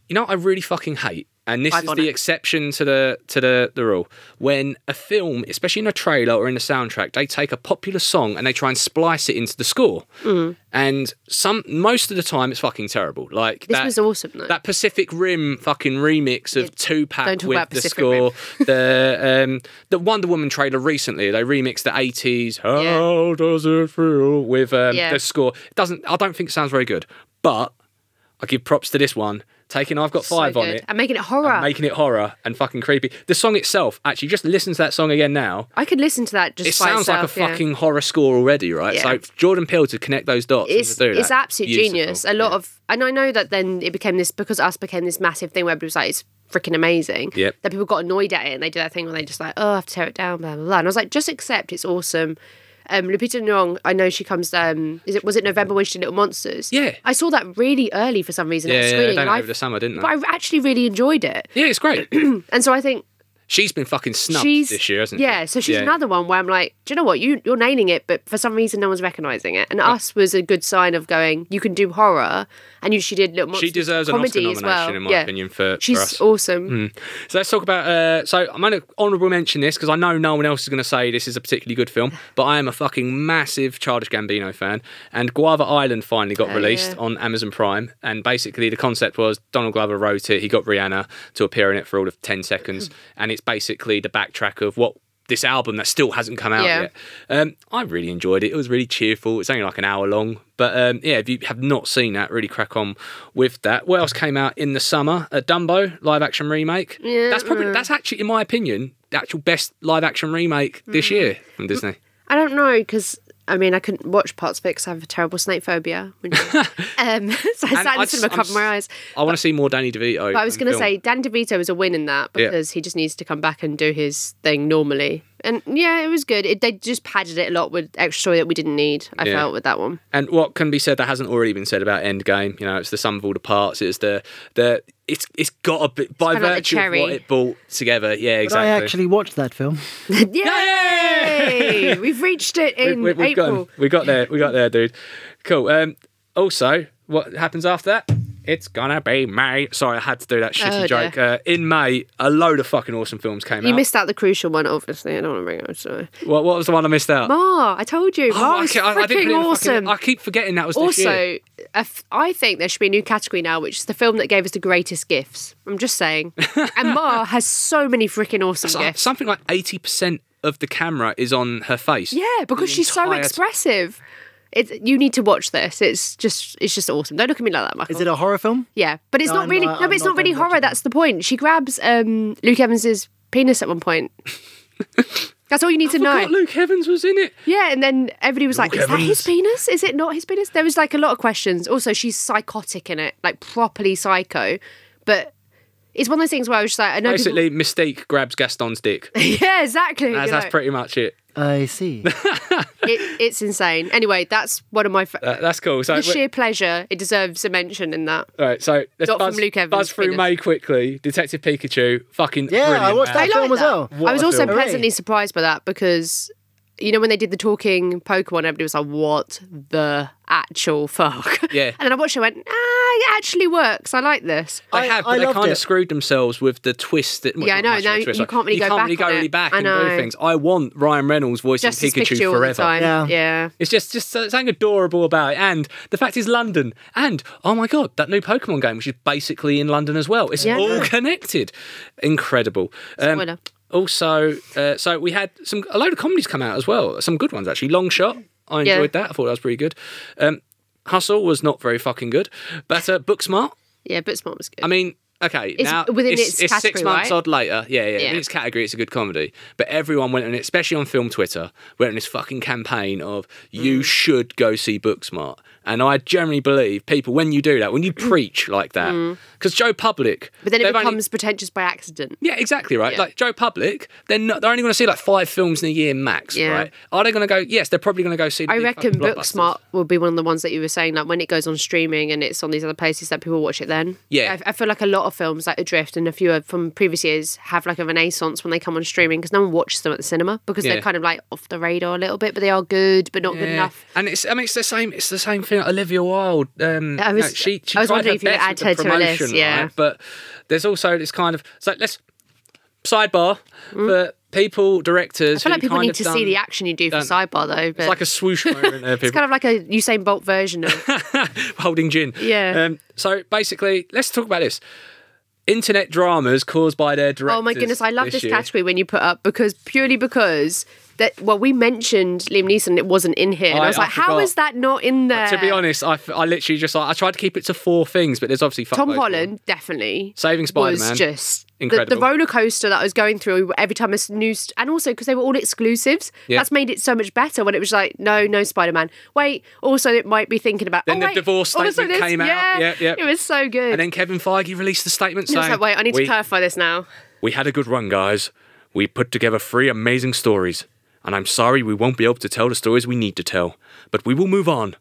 you know what I really fucking hate? And this Vibe is on the it. exception to the to the, the rule. When a film, especially in a trailer or in a soundtrack, they take a popular song and they try and splice it into the score. Mm. And some most of the time it's fucking terrible. Like This that, was awesome, though. That Pacific Rim fucking remix of don't Tupac talk with about the Pacific score. *laughs* the um, the Wonder Woman trailer recently, they remixed the eighties. How does it feel with um, Yeah. the score? It doesn't I don't think it sounds very good. But I give props to this one, taking I've Got Five so on good. Ah. it, And making it horror. making it horror and fucking creepy. The song itself, actually, just listen to that song again now. I could listen to that just It by sounds itself, like a yeah. fucking horror score already, right? Yeah. So Jordan Peele to connect those dots it's and to do that. it's absolute beautiful. genius. A lot of and I know that then it became this because us became this massive thing where everybody was like it's freaking amazing. Yep. That people got annoyed at it and they do that thing where they just like oh I have to tear it down blah blah blah. And I was like just accept it's awesome. Um, Lupita Nyong, I know she comes. Um, is it was it November when she did Little Monsters? Yeah. I saw that really early for some reason. Yeah, at yeah, a yeah, screening, I done and I- it over the summer, didn't But I? I actually really enjoyed it, Yeah, *clears throat* it's great. and so I think she's been fucking snubbed she's this year, hasn't she? yeah. So she's another one where I'm like, do you know what? You you're nailing it, but for some reason no one's recognizing it. And us was a good sign of going. You can do horror, and you she did little monsters She deserves an Oscar comedy nomination, as well. in my yeah. opinion, for, She's for us. Mm. awesome. So let's talk about. Uh, so I'm going to honourable mention this because I know no one else is going to say this is a particularly good film, but I am a fucking massive Childish Gambino fan. And Guava Island finally got released yeah. on Amazon Prime, and basically the concept was Donald Glover wrote it. He got Rihanna to appear in it for all of *laughs* ten seconds, and it's basically the backtrack of what. This album that still hasn't come out Yeah. yet. Um, I really enjoyed it. It was really cheerful. It's only like an hour long, but um, yeah, if you have not seen that, really crack on with that. What else came out in the summer? A Dumbo live action remake. Yeah. That's probably that's actually, in my opinion, the actual best live action remake Mm. this year from Disney. I don't know because. I mean, I couldn't watch parts of it because I have a terrible snake phobia. when *laughs* you- um, *laughs* so I And sat in I the just- cinema, I'm covered my eyes. I want to see more Danny DeVito. But I was in going to film. say, Dan DeVito was a win in that Yeah. because he just needs to come back and do his thing normally. And yeah, it was good. It, they just padded it a lot with extra story that we didn't need, I Yeah. felt, with that one. *laughs* And what can be said that hasn't already been said about Endgame? You know, it's the sum of all the parts. It's the the it's it's got a bit by kinda like the virtue of what cherry. it brought together. Yeah, But I exactly. actually watched that film. Yay! we've reached it in we, have April. Got, we got there. We got there, dude. Cool. Um, also, what happens after that? It's gonna be May. Sorry, I had to do that shitty Oh, dear. joke. Uh, in May, a load of fucking awesome films came You out. missed out the crucial one, obviously. I don't want to bring it up. Sorry. What, what was the one I missed out? Ma, I told you. Ma was okay, Oh, I- I didn't put it freaking in the awesome. Fucking, I keep forgetting that was this also, year. a f- I think there should be a new category now, which is the film that gave us the greatest gifts. I'm just *laughs* saying. and Ma has so many freaking awesome So- gifts. something like eighty percent of the camera is on her face. Yeah, because she's so entire- expressive. It's, you need to watch this. It's just it's just awesome. Don't look at me like that, Michael. Is it a horror film? yeah, but it's No, not I'm- really. I- no, but I'm it's not not, really going to watch horror. it. That's the point. She grabs um, Luke Evans's penis at one point. That's all you need to know. Forgot Luke Evans was in it. Yeah, and then everybody was like, Luke "Is that his Evans. penis? Is it not his penis?" There was like a lot of questions. Also, she's psychotic in it, like properly psycho. But it's one of those things where I was just like, "I know." people- Basically, Mystique grabs *laughs* Gaston's dick. That's, yeah, exactly. you that's know. pretty much it. I *laughs* see. It- it's insane. Anyway, that's one of my. Fa- That- that's cool. So the sheer pleasure it deserves a mention in that. All right, so let's Not from buzz, Luke Evans, buzz through goodness. May quickly. Detective Pikachu, fucking Yeah, I brilliant, watched man. that I film like as well. that. I was a also film. Hooray. pleasantly surprised by that because you know when they did the talking Pokemon, everybody was like, "What the actual fuck?" *laughs* Yeah. and then I watched it. and Went, ah, it actually works. I like this. They I- have, but I they loved kind it. of screwed themselves with the twist. That, well, Yeah, I not know, much of a no, twist, you like, can't really you go can't back really go on really it. back I and do know. things. I want Ryan Reynolds voicing Just to Pikachu you all the forever. time. Yeah. yeah. It's just just something adorable about it, and the fact is London, and oh my god, that new Pokemon game, which is basically in London as well. It's Yeah, I all know. connected. Incredible. Um, Spoiler. also, uh, so we had some a load of comedies come out as well. Some good ones actually. Long Shot, I Yeah. enjoyed that. I thought that was pretty good. Um, Hustle was not very fucking good, but uh, Booksmart. Yeah, Booksmart was good. I mean, okay, It's now within it's, its it's six category, months right? odd later. Yeah, yeah, In Yeah. its category, it's a good comedy. But everyone went on it, especially on film Twitter, went on this fucking campaign of you Mm. should go see Booksmart. And I generally believe people when you do that, when you preach like that, because Joe Public, Mm. but then it they've only- becomes pretentious by accident. yeah, exactly right. Yeah. Like Joe Public, they're not, they're only going to see like five films in a year max, Yeah. right? Are they going to go? Yes, they're probably going to go see. The I big reckon fucking blockbusters. Booksmart will be one of the ones that you were saying, like when it goes on streaming and it's on these other places that people watch it then. Yeah. I, I feel like a lot of films like Adrift and a few of- from previous years have like a renaissance when they come on streaming because no one watches them at the cinema because Yeah. they're kind of like off the radar a little bit, but they are good, but not good Yeah. enough. And it's I mean it's the same it's the same thing. Olivia Wilde. Um, I you was- know, she, she I was tried wondering her if you would best add with the her to a list, promotion, yeah. right? But there's also this kind of so let's sidebar but people Mm. I directors. feel who like people kind need of to done- see the action you do for done- sidebar though. But It's like *laughs* a swoosh moment there, people it's kind of like a Usain Bolt version *laughs* of holding gin. Yeah. Um, so basically, let's talk about this. Internet dramas caused by their directors. Oh my goodness, I love this, year. category when you put up because purely because that well, we mentioned Liam Neeson, and it wasn't in here. And I, I- was I like, how forgot. is that not in there? To be honest, I, f- I literally just like I tried to keep it to four things, but there's obviously Tom fuckloads more. Holland definitely Saving Spider-Man. was just the- The, Incredible. roller coaster that I was going through every time a s- new st- and also because they were all exclusives. Yeah. That's made it so much better when it was like no, no Spider Man. Wait, also it might be thinking about Then oh, the wait, divorce also statement this- came out. Yeah, Yep, yep. it was so good. And then Kevin Feige released the statement I was saying, like, wait, I need we, to clarify this now. we had a good run, guys. We put together three amazing stories. And I'm sorry we won't be able to tell the stories we need to tell. But we will move on.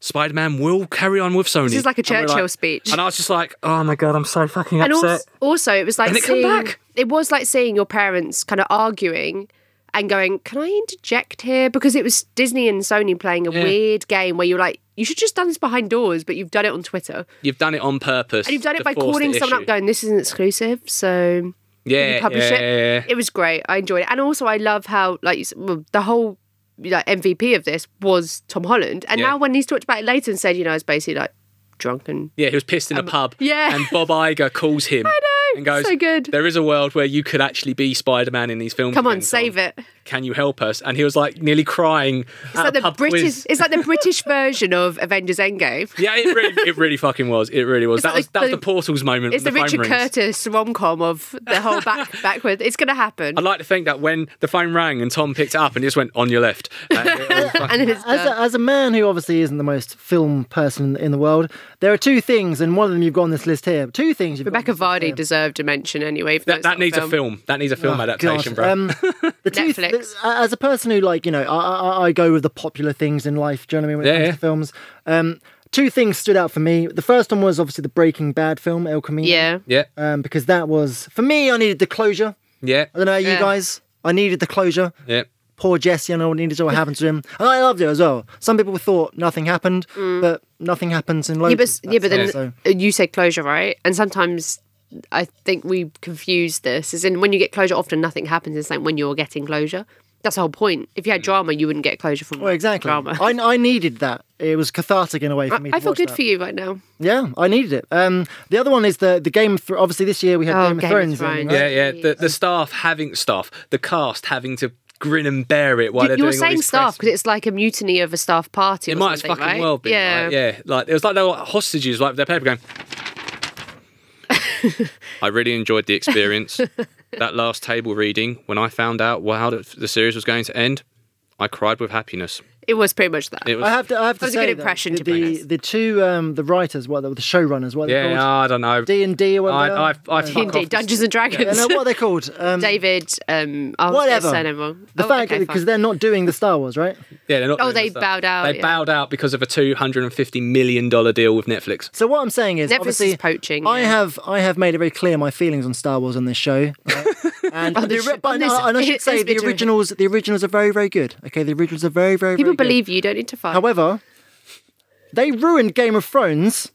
Spider Man will carry on with Sony. This is like a And we're Churchill speech. And I was just like, oh my God, I'm so fucking and upset. also, also it was like And it seeing, come back. it was like seeing your parents kind of arguing and going can i interject here because it was disney and sony playing a weird game where you're like you should just done this behind doors but you've done it on twitter You've done it on purpose. and you've done to it by force the calling someone issue. up going this isn't exclusive so yeah, you publish yeah, it yeah, yeah. it was great i enjoyed it and also i love how like you s- well, the whole like mvp of this was tom holland and Yeah. now when he's talked about it later and said you know it's basically like drunk and Yeah, he was pissed in a pub. Um, yeah. And Bob Iger *laughs* calls him. know, And goes, so good. There is a world where you could actually be Spider Man in these films. come on again, Tom. save it Can you help us? And he was like nearly crying. It's like the British. Quiz. It's like *laughs* the British version of Avengers Endgame. Yeah, it really, it really fucking was. It really was. It's That like was that was the- the portals moment. It's the, when Richard phone rings. Curtis rom com of the whole *laughs* back backward. It's gonna happen. I'd like to think that when the phone rang and Tom picked it up and he just went on *laughs* your left. And it all fucking- And then it's As done. a, as a man who obviously isn't the most film person in the world, there are two things, and one of them you've got on this list here. Two things. You've Rebecca got on Vardy deserved a mention anyway. even though that it's that not needs a film. That needs a film this list adaptation, here. bro. Um, the two th- uh, Netflix. as a person who, like, you know, I, I, I go with the popular things in life. Do you know what I mean? When Yeah, it comes yeah. to films, um, two things stood out for me. The first one was obviously the Breaking Bad film El Camino. Yeah. yeah, Um, because that was for me, I needed the closure. yeah, I don't know about you Yeah. guys. I needed the closure. yeah. poor Jesse, I know what needed to what happened to him. And I loved it as well. Some people thought nothing happened, but nothing happens in loads Mm. Yeah, of but, yeah, but stuff, then so- you said closure, right? And sometimes I think we confuse this. As in, when you get closure, often nothing happens. It's like when you're getting closure. That's the whole point. If you had drama, you wouldn't get closure from Mm. Well, exactly. drama. I, I needed that. It was cathartic in a way for me. I to feel watch good that. for you right now. Yeah, I needed it. Um, the other one is the the Game of Thrones. Obviously, this year we had Oh, Game of Game of Thrones. Thrones. ending, right? Yeah, yeah. The, the staff having staff, the cast having to grin and bear it while You, they're you were doing all saying these staff press- because it's like a mutiny of a staff party. It or might as something, fucking right? well be. Yeah, yeah. Like it was like they were like hostages, like with *laughs* their paper going. I really enjoyed *laughs* the experience. that last table reading, when I found out how the the series was going to end, I cried with happiness. It was pretty much that. It was. I have to. I have to That was a say good though, impression the, to the, Brennan's. the two um, the writers, what they were the showrunners, what they're yeah, called, I don't know. D and D, or I, whatever. I, I fuck Yeah. off. Indeed, Dungeons and Dragons. *laughs* Yeah, no, what are they called? *laughs* *laughs* Um, David, um, oh, whatever. The oh, fact okay, because fine. they're not doing the Star Wars, right? Yeah, they're not Oh, doing they this stuff. bowed out, They yeah. bowed out because of a two hundred and fifty million dollar deal with Netflix. So what I'm saying is, Netflix obviously, is poaching, I yeah. *laughs* have I have made it very clear my feelings on Star Wars on this show. right? And On the, this- ori- but on *laughs* no, this- and I should it's say the Victor. originals. The originals are very, very good. Okay, the originals are very, very. People very good. believe you. Don't need to fight. However, they ruined Game of Thrones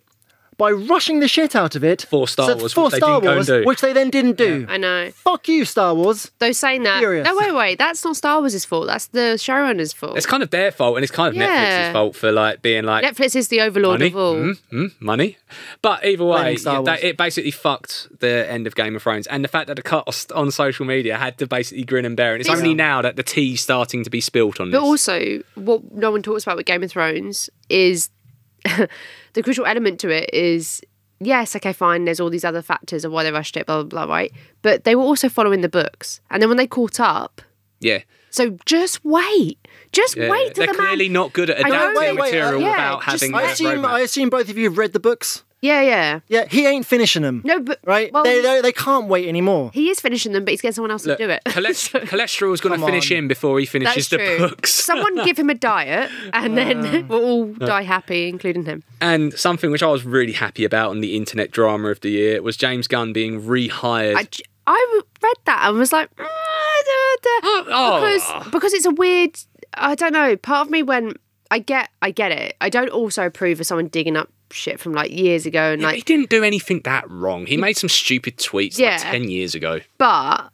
by rushing the shit out of it For Star so- Wars, for which they Star didn't go and Wars, do. which they then didn't do. I know. Fuck you, Star Wars. Though saying that, Furious. no, wait, wait, that's not Star Wars' fault. That's the showrunner's fault. It's kind of their fault, and it's kind of Yeah. Netflix's fault for like being like Netflix is the overlord money, of all. mm, mm, money. But either way, Blaming Star yeah, Wars. that, it basically fucked the end of Game of Thrones, and the fact that the cast on social media had to basically grin and bear it. It's These- only now that the tea's starting to be spilt on But this. also, what no one talks about with Game of Thrones is *laughs* the crucial element to it is yes, okay, fine, there's all these other factors of why they rushed it, blah, blah, blah, right? But they were also following the books. And then when they caught up, yeah, so just wait. Just yeah. wait till they're the man. clearly not good at I know. adapting Wait, wait, uh, material yeah, without just- having. I I that assume, Mm, roadmap. I assume both of you have read the books. Yeah, yeah. Yeah, he ain't finishing them. No, but. right? Well, they, they they can't wait anymore. he is finishing them, but he's getting someone else Look, to do it. *laughs* cholest- cholesterol's going Come to finish on. him before he That's finishes the true. books. Someone give him a diet, and *laughs* Um, then *laughs* we'll all die happy, including him. And something which I was really happy about on the internet drama of the year was James Gunn being rehired. I, j- I read that and was like, "Mm, I don't- I don't-" Oh. because because it's a weird. I don't know. Part of me when I get I get it. I don't also approve of someone digging up shit from like years ago and Yeah, but he like, didn't do anything that wrong. He made some stupid tweets Yeah. like 10 years ago. but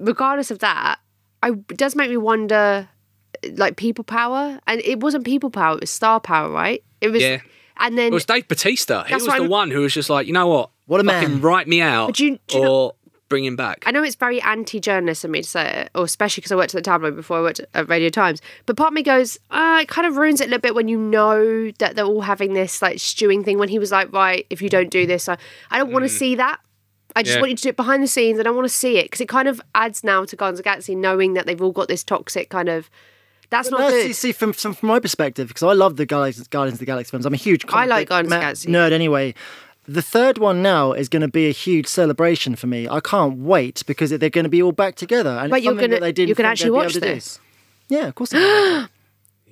regardless of that, I it does make me wonder, like people power, and it wasn't people power. It was star power, right? It was. Yeah. And then It was Dave Batista. He That's was what the I'm- one who was just like, you know what? What a Fucking man. write me out But do you- do you or know- bring him back. I know it's very anti-journalist of me to say it, or especially because I worked at the tabloid before I worked at Radio Times. But part of me goes, uh, it kind of ruins it a little bit when you know that they're all having this like stewing thing. When he was like, right, if you don't do this, I, I don't want to see that. I just Mm. Yeah. want you to do it behind the scenes. I don't want to see it because it kind of adds now to Guardians of the Galaxy knowing that they've all got this toxic kind of. That's But not no, good. see, see from, from from my perspective, because I love the Guardians, Guardians of the Galaxy films. I'm a huge comic I like book Guardians of the ma- Galaxy. nerd anyway. The third one now is going to be a huge celebration for me. I can't wait because they're going to be all back together. And Wait, it's you're something that gonna- they didn't you can think actually they'd be watch able to do. this? Yeah, of course. I *gasps*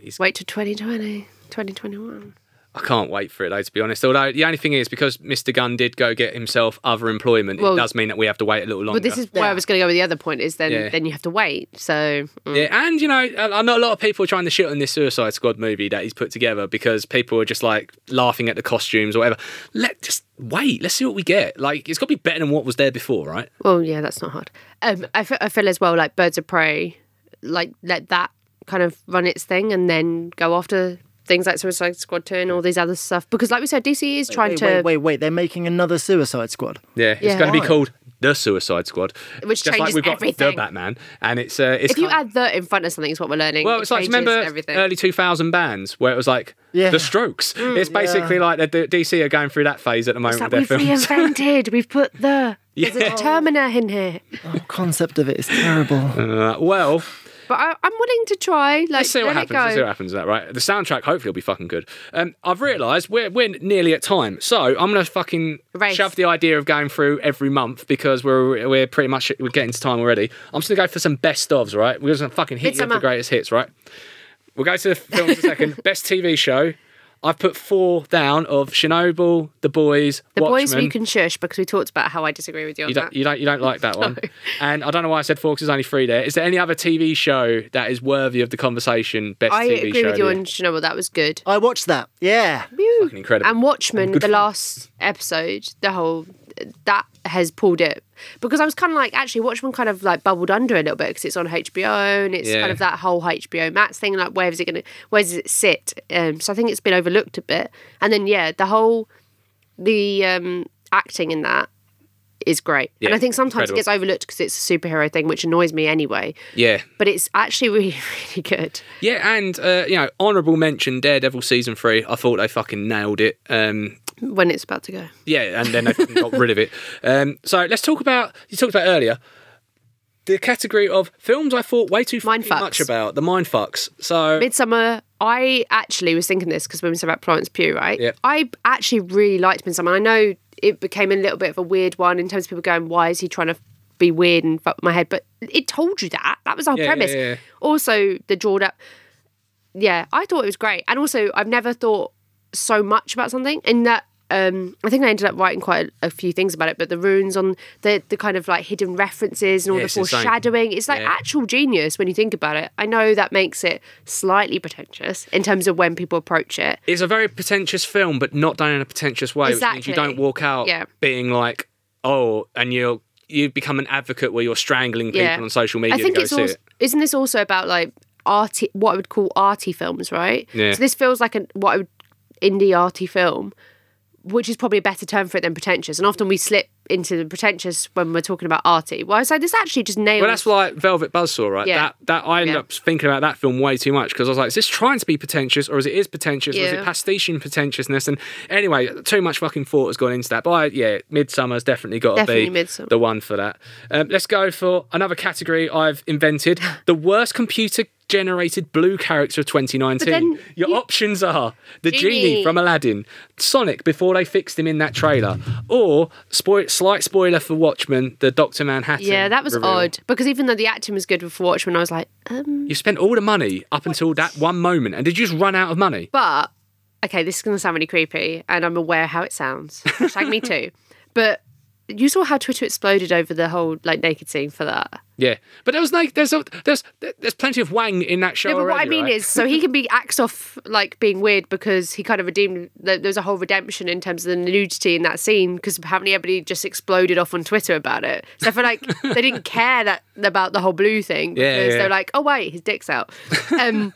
can. Wait till 2020, 2021. I can't wait for it though, to be honest. Although the only thing is, because Mr. Gunn did go get himself other employment, Well- it does mean that we have to wait a little longer. But this is where I was going to go with the other point is then Yeah. then you have to wait. So mm. Yeah, and you know, I I know a lot of people are trying to shit on this Suicide Squad movie that he's put together because people are just like laughing at the costumes or whatever. Let just wait. Let's see what we get. Like, it's got to be better than what was there before, right? Well, yeah, that's not hard. Um, I, fe- I feel as well like Birds of Prey, like let that kind of run its thing and then go after things like Suicide Squad 2 and all these other stuff. Because, like we said, DC is trying wait, to. wait, wait, wait. They're making another Suicide Squad. Yeah, it's Yeah. going to be Why? called the Suicide Squad, Which just changes like we've got everything. the Batman, and it's uh, it's If you kind- add the in front of something, is what we're learning. well, it it's like changes remember everything. early two thousand bands where it was like Yeah. the Strokes. it's basically like the, the DC are going through that phase at the It's moment like with we've their films. reinvented. We've put *laughs* the there's a determiner in here. The concept of it is *laughs* terrible. Uh, well, But I, I'm willing to try. Like, Let's see let what it happens. Let's see what go. happens. with That right. The soundtrack hopefully will be fucking good. Um, I've realised we're we're nearly at time, so I'm gonna fucking Race. shove the idea of going through every month because we're we're pretty much we're getting to time already. I'm just gonna go for some best ofs. Right, we're just gonna fucking hit you with Midsommar. the greatest hits. Right, we'll go to the films *laughs* in a second. Best TV show. I've put four down of Chernobyl, The Boys, The Watchmen. boys, you can shush because we talked about how I disagree with you on You that. don't, you don't, you don't *laughs* like that one. And I don't know why I said four 'cause there's only three there. Is there any other TV show that is worthy of the conversation? Best I TV agree show with you of the year? on Chernobyl. That was good. I watched that. Yeah. Fucking incredible. And Watchmen, the last episode, the whole that has pulled it because I was kind of like, actually, Watchmen kind of like bubbled under a little bit because it's on HBO and it's Yeah. kind of that whole HBO Max thing. Like, where is it going to? Where does it sit? Um, so I think it's been overlooked a bit. And then yeah, the whole the um, acting in that is great. and Yeah, I think sometimes incredible. it gets overlooked because it's a superhero thing, which annoys me anyway. Yeah. But it's actually *laughs* really, really good. Yeah, and uh, you know, honourable mention Daredevil season three. I thought they fucking nailed it. Um, When it's about to go, yeah, and then they fucking got rid of it. Um, so let's talk about you talked about earlier the category of films I thought way too fucking Mindfucks. much about the mind fucks. So Midsummer, I actually was thinking this because when we said about Florence Pugh, right? Yep. I actually really liked Midsummer. I know it became a little bit of a weird one in terms of people going, why is he trying to be weird and fuck my head? But it told you that. That was the whole Yeah, yeah, premise. yeah. Also, the drawn up. Yeah, I thought it was great. And also, I've never thought so much about something in that. um, I think I ended up writing quite a, a few things about it, but the runes on the the kind of like hidden references and all Yeah, the it's insane. foreshadowing, it's like Yeah. actual genius when you think about it. I know that makes it slightly pretentious in terms of when people approach it. It's a very pretentious film, but not done in a pretentious way, which means Exactly. you don't walk out Yeah. being like, oh, and you'll you become an advocate where you're strangling people on social media I think to go it's see also, it. Isn't this also about like arty, what I would call arty films, right? Yeah. So this feels like an what I would indie arty film, which is probably a better term for it than pretentious. And often we slip into the pretentious when we're talking about arty. Well, I say this actually just nails. Well, that's like Velvet Buzzsaw, right? Yeah. That that I ended Yeah. up thinking about that film way too much because I was like, is this trying to be pretentious or is it is pretentious or is it Yeah. pastiching pretentiousness? And anyway, too much fucking thought has gone into that. But I, yeah, Midsummer's definitely got to be Definitely Midsommar. the one for that. Um, let's go for another category I've *laughs* invented: the worst computer. Generated blue character of 2019. then Your options are the genie. Genie. from Aladdin, Sonic before they fixed him in that trailer, or spoil- slight spoiler for Watchmen, the Doctor Manhattan. yeah, that was reveal. odd because even though the acting was good with Watchmen, I was like, um, You spent all the money up until that one moment, and did you just run out of money? but okay, this is gonna sound really creepy, and I'm aware how it sounds. Hashtag *laughs* me too, but. You saw how Twitter exploded over the whole like naked scene for that. Yeah, but there was no, there's a, there's there's plenty of Wang in that show. No, but what I already, mean right? is, so he can be axed off like being weird because he kind of redeemed. th- There's a whole redemption in terms of the nudity in that scene because apparently everybody just exploded off on Twitter about it. So I feel like *laughs* they didn't care that about the whole blue thing Yeah, yeah, because yeah. they're like, oh wait, his dick's out. Um,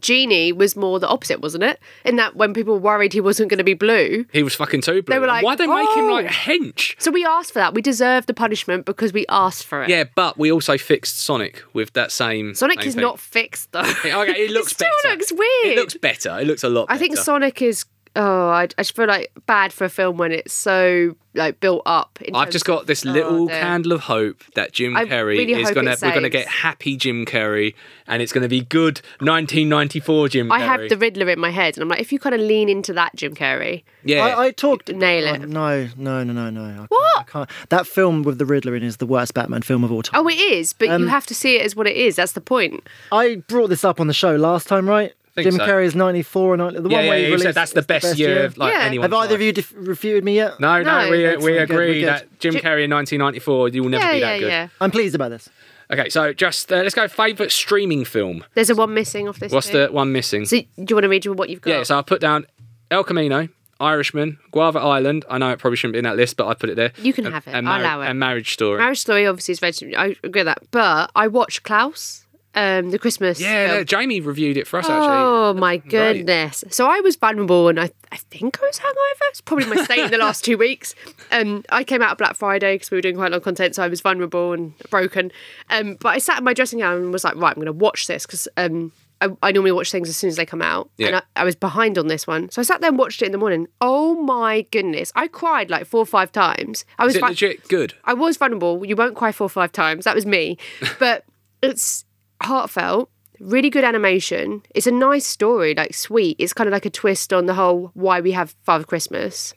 Genie was more the opposite, wasn't it? In that when people were worried he wasn't going to be blue. he was fucking too blue. They were like, why they make him "Oh!" like hench? So we asked for that. We deserve the punishment because we asked for it. Yeah, but we also fixed Sonic with that same. Sonic same is thing. not fixed though. *laughs* Yeah, Okay, it looks still better. looks weird. It looks better. It looks a lot. I think better. Sonic is. Oh, I, I just feel like bad for a film when it's so like built up. in I've terms just of- got this Oh, little dear. candle of hope that Jim I Carrey really is hope gonna it we're gonna saves. get happy Jim Carrey and it's gonna be good 1994 Jim Carrey. I have the Riddler in my head, and I'm like, if you kind of lean into that, Jim Carrey. yeah. I, I talked. Nail Oh, it. no, no, no, no, no. I can't- I can't. That film with the Riddler in is the worst Batman film of all time. Oh, it is, but you have to see it as what it is. That's the point. I brought this up on the show last time, right? Think Jim so. Carrey is 94 and 90, the yeah, one yeah, where he yeah, you said released that's the it's best, year, of like Yeah. anyone. Have either of you def- refuted me yet? No, no, No, we, that's we really good, agree we're good. that Jim Carrey in 1994 you will never yeah, be yeah, that good. yeah. I'm pleased about this. Okay, so just uh, let's go favorite streaming film. There's a one missing off this. What's thing. the one missing? So, do you want to read what you've got? Yeah, so I put down El Camino, Irishman, Guava Island. I know it probably shouldn't be in that list, but I put it there. You can And- have it. And, I'll Marri- allow it. and Marriage Story. Marriage Story obviously is very. I agree with that, but I watched Klaus, um, the Christmas. yeah, film. no, Jamie reviewed it for us actually. Oh my great. goodness! So I was vulnerable, and I, I think I was hungover. It's probably my state in the last two weeks. Um, I came out of Black Friday because we were doing quite a lot of content, so I was vulnerable and broken. Um, but I sat in my dressing gown and was like, right, I'm going to watch this because um, I, I normally watch things as soon as they come out, Yeah. and I, I was behind on this one, so I sat there and watched it in the morning. Oh my goodness! I cried like four or five times. I was Is it fu- legit good? I was vulnerable. You won't cry four or five times. That was *laughs* me. But it's heartfelt, really good animation. It's a nice story, like sweet. It's kind of like a twist on the whole why we have Father Christmas.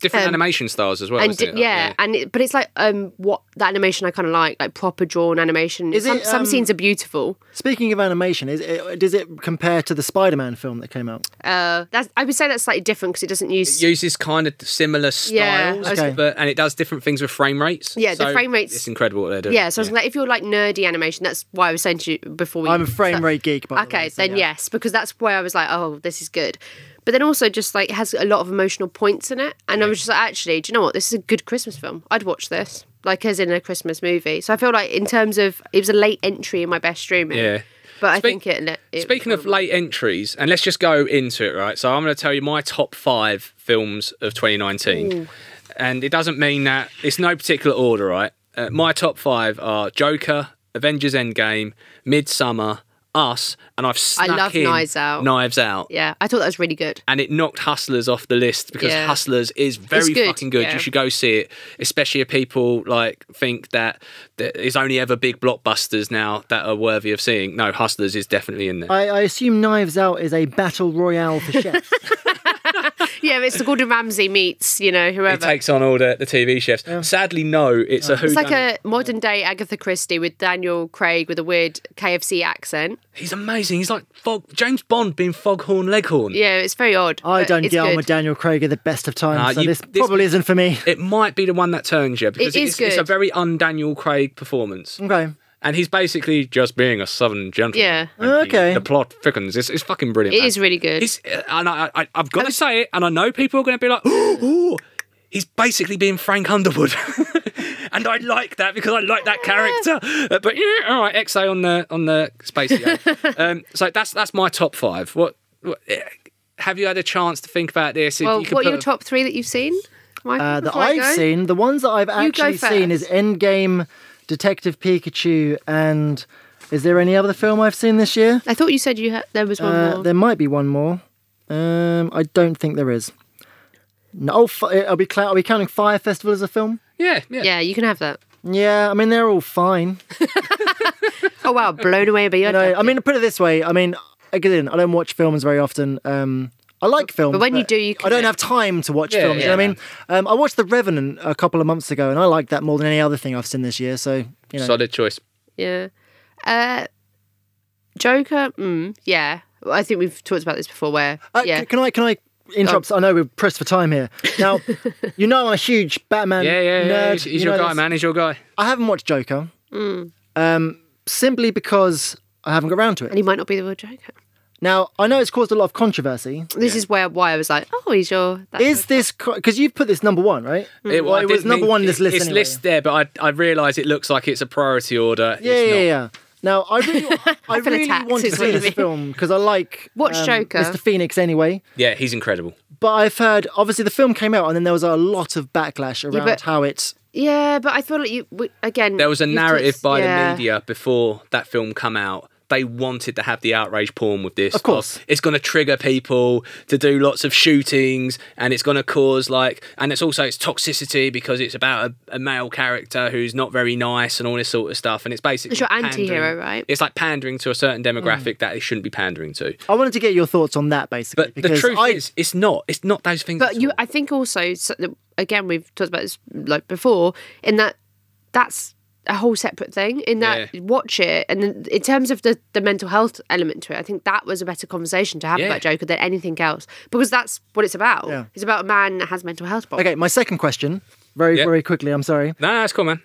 Different animation styles as well. Um, and isn't di- it? yeah, and it, but it's like um what that animation I kind of like, like proper drawn animation. Is some, it, um, some scenes are beautiful. Speaking of animation, is it, does it compare to the Spider-Man film that came out? Uh, that's I would say that's slightly different because it doesn't use It uses kind of Yeah, similar styles, I was- Okay. but and it does different things with frame rates. Yeah, the So frame rates- It's incredible what they're doing. Yeah, so I was like, if you're like nerdy animation, that's why I was saying to you before. We, I'm a frame so- rate geek, by the okay, way, so then yeah. yes, because that's where I was like, oh, this is good. But then also just like it has a lot of emotional points in it, and I was just like, actually, do you know what? This is a good Christmas film. I'd watch this, like as in a Christmas movie. So I feel like in terms of it was a late entry in my best streaming. Yeah. but Speak- I think it. it Speaking of late entries, and let's just go into it, right? So I'm going to tell you my top five films of 2019, and it doesn't mean that it's no particular order, right? Uh, my top five are Joker, Avengers: Endgame, Midsummer, Us, and I've snuck love in Knives Out. Knives Out. yeah, I thought that was really good. and it knocked Hustlers off the list because Yeah. Hustlers is very good, fucking good. yeah. You should go see it, especially if people like think that that it's only ever big blockbusters now that are worthy of seeing. No, Hustlers is definitely in *laughs* there. I, I assume Knives Out is a battle royale for chefs. yeah, it's the Gordon Ramsay meets, you know, whoever. It takes on all the, the TV chefs. Sadly, no, it's a who. It's like a modern day Agatha Christie with Daniel Craig with a weird KFC accent. He's amazing. He's like Fog, James Bond being Foghorn Leghorn. Yeah, it's very odd. I but don't it's get on good. with Daniel Craig at the best of times, Ah, so you- this, this- probably isn't for me. It might be the one that turns you because It it's, is it's a good. very un-Daniel Craig performance, Okay. and he's basically just being a southern gentleman. Yeah. And Okay. The, the plot thickens. It's, it's fucking brilliant. It man. is really good. He's, uh, and I, I, I've got to say it, and I know people are going to be like, *gasps* "Ooh, he's basically being Frank Underwood," *laughs* and I like that because I like that character. Uh, but yeah, all right, XA on the on the *laughs* spacey. um, so that's that's my top five. What, what eh, have you had a chance to think about this? If well, you could what are put your a- top three that you've seen? Michael, Uh, that before I I've go? seen, the ones that I've go actually seen is Endgame, Detective Pikachu, and is there any other film I've seen this year? I thought you said you had, there was one Uh, more. there might be one more. Um, I don't think there is. No, oh, fi- are we cla- are we counting Fire Festival as a film? yeah, yeah, Yeah, you can have that. Yeah, I mean they're all fine. Oh wow, blown away by your. *laughs* You know, I mean put it this way, I mean again, I don't watch films very often. Um, I like films, but when you do, you I don't connect. have time to watch Yeah, films. You know yeah. what I mean, um, I watched The Revenant a couple of months ago, and I liked that more than any other thing I've seen this year. So you know, solid choice. Yeah. Uh, Joker. Mm, yeah. Well, I think we've talked about this before. Where Uh, yeah, Oh. c- Can I can I interrupt? I know we're pressed for time here. *laughs* Now, you know I'm a huge Batman Yeah, yeah, Um, nerd. yeah. He's, he's you your know guy, this. Mm. man. He's your guy. I haven't watched Joker, Mm. um, simply because I haven't got round to and it. he might not be the real Joker. Now I know it's caused a lot of controversy. This is where why I was like, oh, he's your. That's Is this because you've put this number one right? Mm. well, it I was didn't number mean- one in this list. It's anyway. list there, but I I realise it looks like it's a priority order. Yeah, It's yeah, not. yeah. Now *laughs* I really, I, feel really attacked, want to is what see you this mean. film because I like Watch Joker. Mr. Phoenix anyway. yeah, he's incredible. But I've heard obviously the film came out and then there was a lot of backlash around but- how it's Yeah, but I feel like you we- again. There was *laughs* a you've narrative touched- by yeah. the media before that film come out. They wanted to have the outrage porn with this. Of course. it's going to trigger people to do lots of shootings, and it's going to cause like, and it's also it's toxicity because it's about a, a male character who's not very nice and all this sort of stuff. And it's basically It's your pandering- anti-hero, right? It's like pandering to a certain demographic that it shouldn't be pandering to. I wanted to get your thoughts on that basically. But the because truth I, is, it's not. It's not those things. But at you, all. I think also so- again we've talked about this like before in that that's a whole separate thing. In that Yeah. watch it, and then in terms of the the mental health element to it, I think that was a better conversation to have Yeah. about Joker than anything else because that's what it's about. Yeah. It's about a man that has mental health problems. Okay, my second question, very Yeah. very quickly. I'm sorry. no, no, that's cool, man.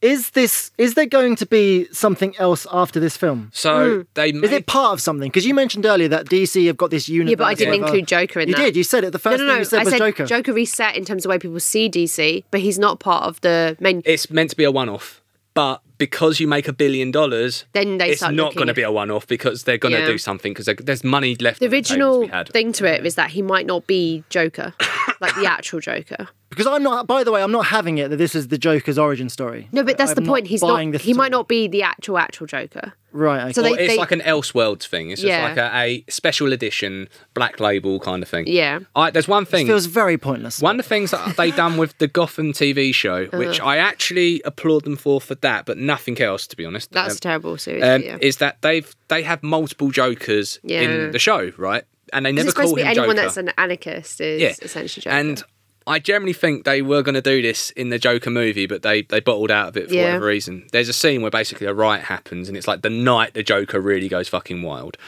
Is this is there going to be something else after this film? So they Is it part of something? Because you mentioned earlier that DC have got this universe. Yeah, but I didn't of, uh, include Joker in you that. did. You said it. The No, no, first thing no. you said I was said Joker. reset in terms of the way people see DC, but he's not part of the main. it's meant to be a one-off but because you make a billion dollars Then they it's start not looking going to at- be a one-off because they're going to Yeah. do something because there's money left the on tables original we had. thing to it is that he might not be Joker, like the actual Joker. Because I'm not. By the way, I'm not having it that this is the Joker's origin story. No, but that's I'm the not point. He's buying not. this He at might all. not be the actual actual Joker. Right. Okay. So Well, they- it's they- like an Elseworlds thing. It's just Yeah. like a, a special edition black label kind of thing. Yeah. I, there's one thing. feels very pointless. One of the things that they done with the Gotham TV *laughs* show, Uh-huh. which I actually applaud them for for that, but nothing else to be honest. That's Um, a terrible series. um, but yeah. Is that they've they have multiple Jokers Yeah. in the show, right? And they never it's supposed call to be him anyone Joker. that's an anarchist is yeah. essentially Joker. And I generally think they were going to do this in the Joker movie, but they, they bottled out of it for Yeah. whatever reason. There's a scene where basically a riot happens, and it's like the night the Joker really goes fucking wild.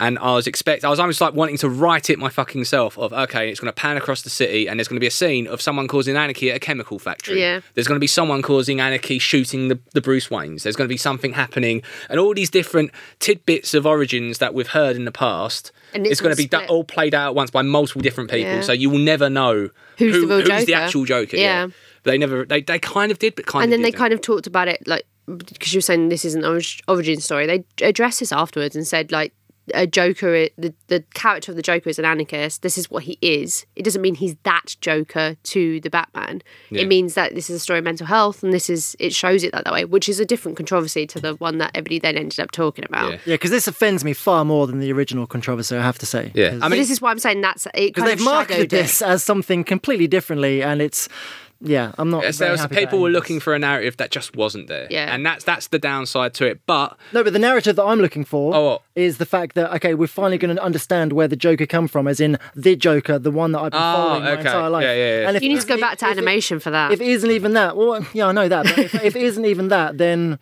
And I was expect I was almost like wanting to write it my fucking self of okay, it's going to pan across the city, and there's going to be a scene of someone causing anarchy at a chemical factory. Yeah. There's going to be someone causing anarchy shooting the, the Bruce Waynes. There's going to be something happening, and all these different tidbits of origins that we've heard in the past. And it's going to all be du- split. all played out at once by multiple different people, Yeah. so you will never know Who's the real who's Joker? the actual Joker. Yeah. Yeah. But They never. They, they kind of did, but kind and of then they didn't. kind of talked about it like because you were saying this is an orig- origin story they addressed this afterwards and said like a joker i- the, the character of the joker is an anarchist this is what he is it doesn't mean he's that joker to the batman Yeah. it means that this is a story of mental health and this is it shows it that, that way which is a different controversy to the one that everybody then ended up talking about Yeah. yeah, because this offends me far more than the original controversy. I have to say. Yeah. I But mean, this is why i'm saying that's it because kind of they've marketed shadowed it. this as something completely differently, and it's yeah, I'm not. Yes, there very was happy people about were any of looking for a narrative that just wasn't there. Yeah. And that's that's the downside to it. But this. No, but the narrative that I'm looking for Oh, well. is the fact that okay, we're finally going to understand where the Joker come from, as in the Joker, the one that I've been Oh, following my okay. entire life. Yeah, yeah, yeah. And if, You need if to go it- back to if it- animation for that. If it isn't even that, well, yeah, I know that. But *laughs* if, if it isn't even that, then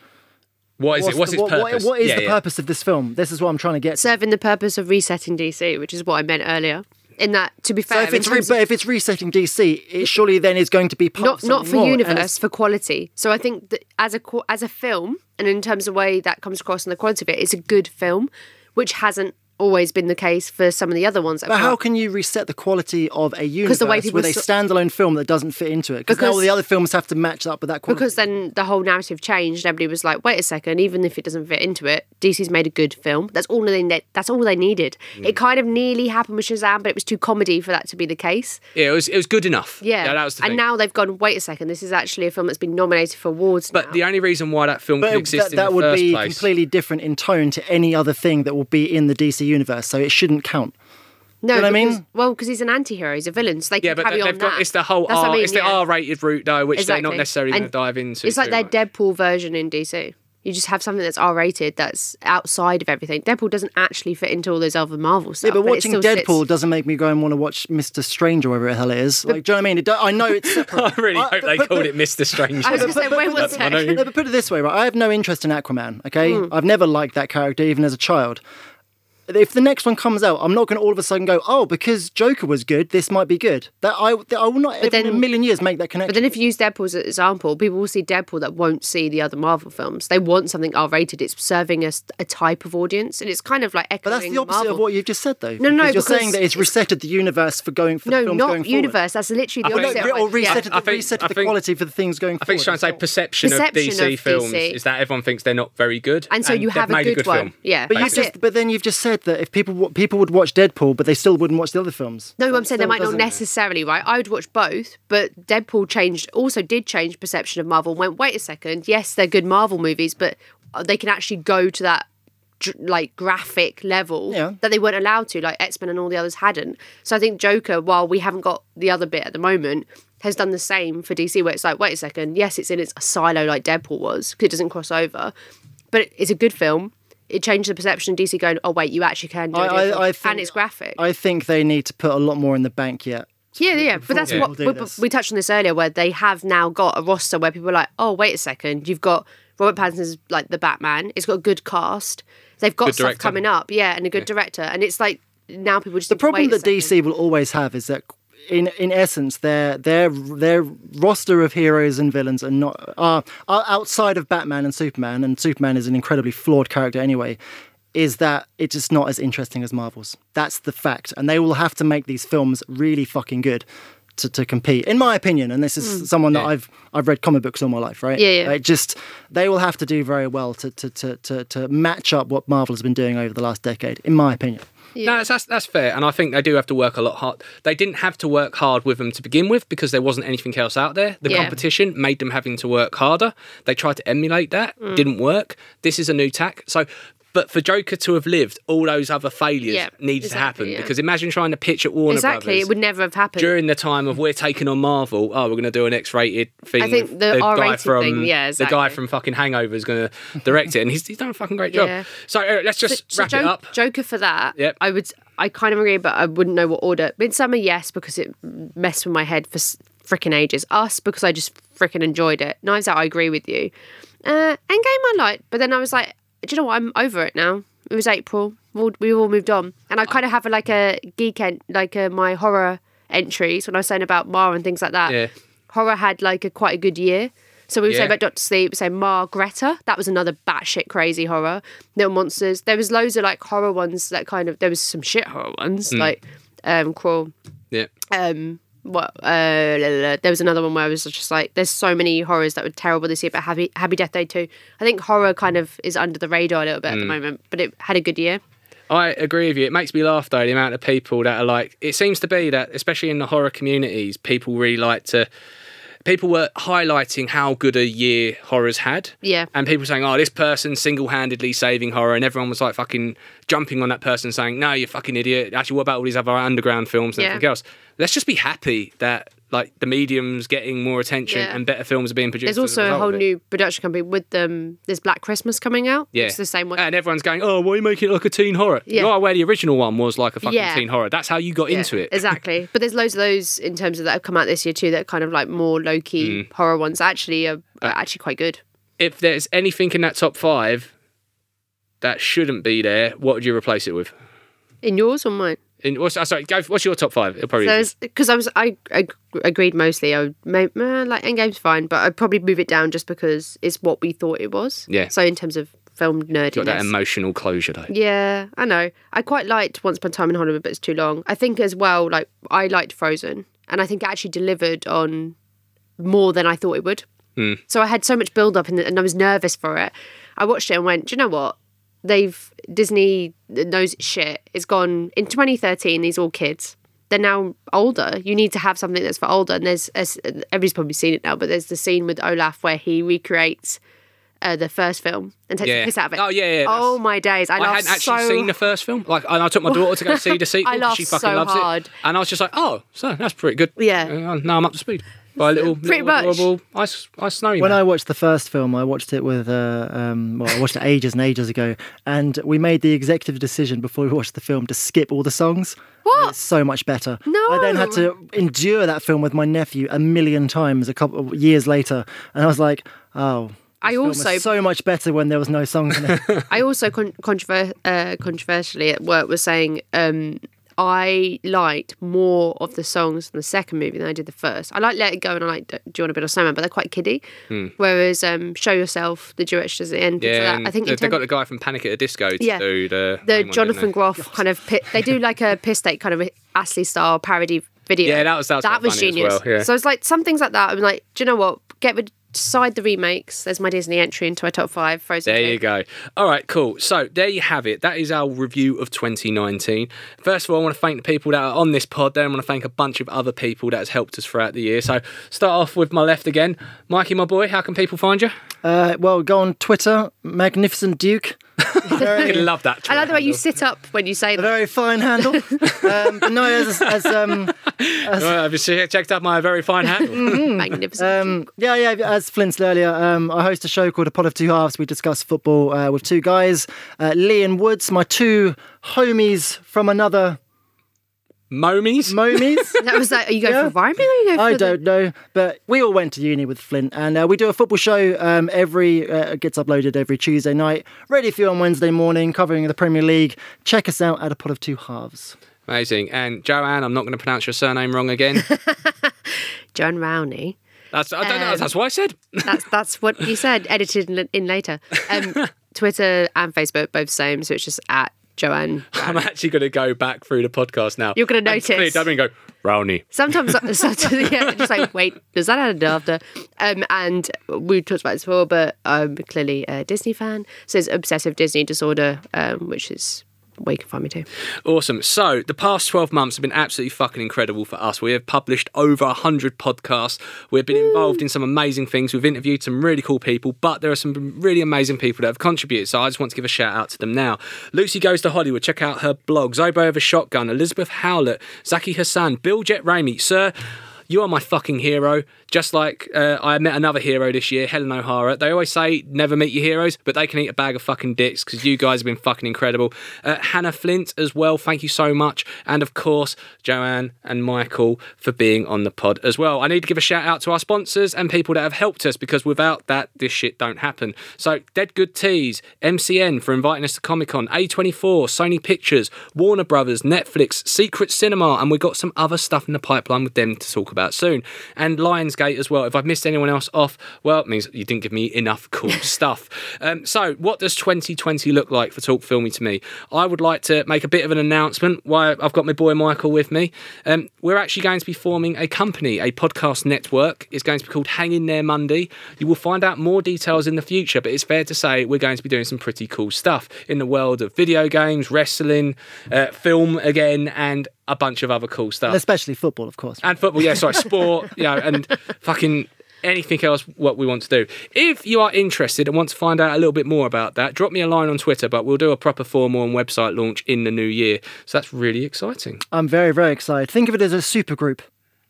what is it? What's the, its what- what- purpose? what is Yeah, the yeah. purpose of this film? This is what I'm trying to get. to. Serving the purpose of resetting DC, which is what I meant earlier. In that, to be So fair, if in it's re- terms of- but if it's resetting DC, it surely then is going to be part not of not something for more, and universe it's- for quality. So I think that as a qu- as a film, and in terms of way that comes across and the quality of it, it's a good film, which hasn't always been the case for some of the other ones. But how can you reset the quality of a universe the way people with a saw- standalone film that doesn't fit into it? Because now all Because- the other films have to match up with that quality. because then the whole narrative changed. Everybody was like, "Wait a second! Even if it doesn't fit into it, DC's made a good film. That's all they ne- that's all they needed. It kind of nearly happened with Shazam, but it was too comedy for that to be the case. Yeah, it was it was good enough. Yeah, that was the and thing. now they've gone. Wait a second! This is actually a film that's been nominated for awards. but now. the only reason why that film but could it- exist that, that in the would first be place. completely different in tone to any other thing that will be in the DC universe, so it shouldn't count. Ah, No, Do you know what I because- mean? Well, because he's an anti-hero, he's a villain, so they yeah, can but carry they- on they've got that. it's the whole That's what R, I mean, it's the yeah. R-rated route though, which Exactly. they're not necessarily going to And dive into. It's like too their much. Deadpool version in DC. You just have something that's R-rated, that's outside of everything. Deadpool doesn't actually fit into all those other Marvel stuff. Yeah, but it watching still sits- Deadpool doesn't make me go and want to watch Mr. Strange or whatever the hell it is. Like, do you know what I mean? It do- I know it's separate. *laughs* *laughs* I really I- hope they but- called but- it Mr. Strange. I was going to say, when was I know it? you- No, but put it this way, right? I have no interest in Aquaman. Okay, Hmm. I've never liked that character, even as a child. If the next one comes out, I'm not going to all of a sudden go, oh, because Joker was good, this might be good. That I, that I will not ever in a then- million years make that But connection. then if you use Deadpool as an example, people will see Deadpool that won't see the other Marvel films. They want something R-rated. It's serving us a type of audience, and it's kind of like but echoing that's the opposite Marvel. of what you've just said, though. No, no, because you're because saying that it's resetted the universe for going for the no, films going not forward. universe. That's literally the Or, no, opposite. of or what- yeah. resetted, I- I the, think- resetted I the think- quality for the things going I forward. think she's trying to say perception, Perception of DC of films DC. is that everyone thinks they're not very good. And so you they've have a made good, one. film. Yeah, But, you that's just, it. but then you've just said that if people wa- people would watch Deadpool, but they still wouldn't watch the other films. No, I'm saying they still might not doesn't- necessarily, right? I would watch both, but Deadpool changed, also did change perception of Marvel. and Went, wait a second, yes, they're good Marvel movies, but uh, they can actually go to that dr- like graphic level Yeah. that they weren't allowed to, like X Men and all the others hadn't. So I think Joker, while we haven't got the other bit at the moment, has done the same for DC, where it's like, wait a second, yes, it's in its silo like Deadpool was, 'cause it doesn't cross over, but it- it's a good film. It changed the perception of DC going, oh wait, you actually can do it, I- I- I think- and it's graphic. I think they need to put a lot more in the bank yet. Yeah, yeah, but that's people what do we, this. we touched on this earlier, where they have now got a roster where people are like, "Oh, wait a second, you've got Robert Pattinson's like the Batman. It's got a good cast. They've got Good stuff director. coming up, yeah, and a good director. And it's like now people just The problem wait a that DC will always have is that, in in essence, their their their roster of heroes and villains are not are, are outside of Batman and Superman, and Superman is an incredibly flawed character anyway. Is that it's just not as interesting as Marvel's? That's the fact, and they will have to make these films really fucking good. To, to compete, in my opinion, and this is someone that I've I've read comic books all my life, right? Mm. Yeah, yeah. Uh, just they will have to do very well to to, to to to match up what Marvel has been doing over the last decade, in my opinion. No, that's, that's that's fair, and I think they do have to work a lot hard. They didn't have to work hard with them to begin with because there wasn't anything else out there. The Yeah. competition made them having to work harder. They tried to emulate that, Mm. didn't work. This is a new tack. So, but for Joker to have lived, all those other failures Yeah, needs to exactly, happen yeah. because imagine trying to pitch at Warner exactly, Brothers. it would never have happened. during the time of we're taking on Marvel, oh, we're going to do an X-rated thing. I think with the guy R-rated from thing, yeah, the guy exactly. from fucking Hangover is going to direct it, and he's, he's done a fucking great job. Yeah. So uh, let's just So wrap Jo- it up. Joker for that. Yep. I would. I kind of agree, but I wouldn't know what order. Midsummer, yes, because it messed with my head for freaking ages. Us, because I just freaking enjoyed it. Knives Out, I agree with you. Uh, Endgame, I liked, but then I was like, do you know what? I'm over it now. It was April. We've all, we've all moved on, and I kind of have like a geek en- like uh my horror entries when I was saying about Mar and things like that. Yeah. Horror had like a quite a good year. So we were Yeah. saying about Doctor Sleep, so Mar Greta, that was another batshit crazy horror. Little Monsters. There was loads of like horror ones that kind of there was some shit horror Mm. ones like um Crawl. Yeah. Um what uh la, la, la. there was another one where I was just like there's so many horrors that were terrible this year, but Happy Happy Death Day too. I think horror kind of is under the radar a little Mm. bit at the moment, but it had a good year. I agree with you. It makes me laugh though the amount of people that are like. It seems to be that, especially in the horror communities, people really like to. People were highlighting how good a year horror's had. Yeah. And people saying, "Oh, this person single-handedly saving horror," and everyone was like, "Fucking jumping on that person," saying, "No, you fucking idiot." Actually, what about all these other underground films and Yeah. everything else? Let's just be happy that like the medium's getting more attention Yeah. and better films are being produced. There's as also a result whole of it. new production company with them. There's Black Christmas coming out. Yeah. It's the same one. And everyone's going, oh, why are you making it like a teen horror? Yeah. You are where the original one was like a fucking Yeah. teen horror. That's how you got Yeah, into it. *laughs* exactly. But there's loads of those in terms of that have come out this year too. That are kind of like more low key Mm. horror ones. that Actually, are, Uh, are actually quite good. If there's anything in that top five that shouldn't be there, what would you replace it with? In yours or mine? In, what's, uh, sorry, go, what's your top five? It'll probably Because I was I, I agreed mostly. I would make, uh, like Endgame's fine, but I'd probably move it down just because it's what we thought it was. Yeah. So in terms of film got that nerdiness. emotional closure though. *laughs* Yeah, I know. I quite liked Once Upon a Time in Hollywood, but it's too long. I think as well, like I liked Frozen, and I think it actually delivered on more than I thought it would. Hmm. So I had so much build up, and, and I was nervous for it. I watched it and went, Do you know what? They've Disney knows its shit. It's gone in 2013. These all kids. They're now older. You need to have something that's for older. And there's a s- everybody's probably seen it now, but there's the scene with Olaf where he recreates uh, the first film and takes Yeah. the piss out of it. Oh, yeah, yeah, that's- oh my days! I, I laughed hadn't actually so seen the first film. Like, and I took my daughter to *laughs* go see the sequel. I 'cause she laughed fucking so loves hard. it. And I was just like, oh, so that's pretty good. Yeah. Uh, now I'm up to speed. By a little, Pretty little much. adorable ice, ice snowy. When man. I watched the first film, I watched it with, uh, um, well, I watched it ages and ages ago, and we made the executive decision before we watched the film to skip all the songs. What? It's so much better. No. I then had to endure that film with my nephew a million times a couple of years later, and I was like, oh. I Film was also so much better when there was no songs in it. *laughs* I also con- controver- uh, controversially at work was saying um, I liked more of the songs from the second movie than I did the first. I like Let It Go and I like Do You Want a Bit of Snowman, but they're quite kiddie. Whereas um, Show Yourself, the duet does at the end, things like Hmm. yeah, that. I think they, in they term- got the guy from Panic at the Disco to Yeah. do the the main one, Jonathan didn't they? Groff kind of pi- they do like *laughs* a piss take kind of Astley style parody video. Yeah, that was- that was quite funny as genius. well, yeah. So it's like some things like that. I'm like, do you know what? Get rid, decide the remakes. There's my Disney entry into our top five. Frozen. There 2. you go. All right, cool. So there you have it. That is our review of 2019. First of all, I want to thank the people that are on this pod. Then I want to thank a bunch of other people that has helped us throughout the year. So start off with my left again, Mikey, my boy. How can people find you? Uh, well, go on Twitter, Magnificent Duke. I Very, love that. I like the way you Twitter sit up when you say that. very fine *laughs* handle. Um, but no, as, as um, handle. Well, have you che- checked out my very fine *laughs* Mm. handle? Magnificent. Um, yeah, yeah. As Flint said earlier, um, I host a show called A Pod of Two Halves. We discuss football uh, with two guys, uh, Lee and Woods, my two homies from another Momies. momies. that was like, are you going *laughs* yeah. for rhyming or are you going for I the- don't know, but we all went to uni with Flint, and uh, we do a football show um, every uh, gets uploaded every Tuesday night, ready for you on Wednesday morning, covering the Premier League. Check us out at A Pod of Two Halves. Amazing. And Joanne, I'm not going to pronounce your surname wrong again. Joan Rowney. That's I don't know. Um, That's what I said. *laughs* That's that's what you said. Edited in, in later. *laughs* Um, Twitter and Facebook both same, so it's just at Joanne. I'm actually going to go back through the podcast now. You're gonna notice. I'm going to go Rowney. Sometimes, *laughs* sometimes yeah, just like wait, does that add an after? Um, and we talked about this before, but I'm clearly a Disney fan, so it's obsessive Disney disorder, um, which is where you can find me too. Awesome. So, the past 12 months have been absolutely fucking incredible for us. We have published over 100 podcasts. We've been involved in some amazing things. We've interviewed some really cool people, but there are some really amazing people that have contributed. So, I just want to give a shout out to them now. Lucy Goes to Hollywood. Check out her blogs Oboe of a Shotgun, Elizabeth Howlett, Zaki Hassan, Bill Jet Ramey. Sir, you are my fucking hero. Just like uh, I met another hero this year, Helen O'Hara. They always say never meet your heroes, but they can eat a bag of fucking dicks because you guys have been fucking incredible. Uh, Hannah Flint as well. Thank you so much, and of course Joanne and Michael for being on the pod as well. I need to give a shout out to our sponsors and people that have helped us because without that, this shit don't happen. So Dead Good Teas, MCN for inviting us to Comic Con, A24, Sony Pictures, Warner Brothers, Netflix, Secret Cinema, and we've got some other stuff in the pipeline with them to talk about soon. And Lionsgate as well. If I've missed anyone else off, well, it means you didn't give me enough cool stuff. Um, so, what does 2020 look like for Talk Filmy to me? I would like to make a bit of an announcement. Why I've got my boy Michael with me. Um, we're actually going to be forming a company, a podcast network. It's going to be called Hang In There Monday. You will find out more details in the future, but it's fair to say we're going to be doing some pretty cool stuff in the world of video games, wrestling, uh, film again, and a bunch of other cool stuff Especially football, of course. and football. Yeah, sorry, sport. *laughs* You know, and fucking anything else what we want to do. If you are interested and want to find out a little bit more about that, drop me a line on Twitter. But we'll do a proper formal and website launch in the new year. So that's really exciting. *laughs* I'm very, very excited. Think of it as a super group.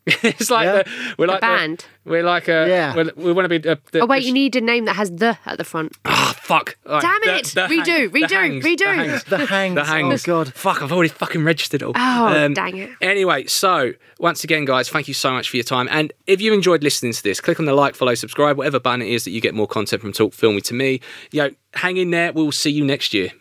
it's like Yeah. the, we're like the- band. we're like a Yeah. we're, we want to be. A, the, Oh wait, the- you need a name that has the at the front. Ah, fuck! All right, Damn it. Redo, redo, redo. The hangs. The hangs. The hangs. Oh, God. Fuck! I've already fucking registered it all. Um, Oh, dang it. Anyway, so once again, guys, thank you so much for your time. And if you enjoyed listening to this, click on the like, follow, subscribe, whatever button it is that you get more content from Talk Filmy to me. You know, hang in there. We'll see you next year.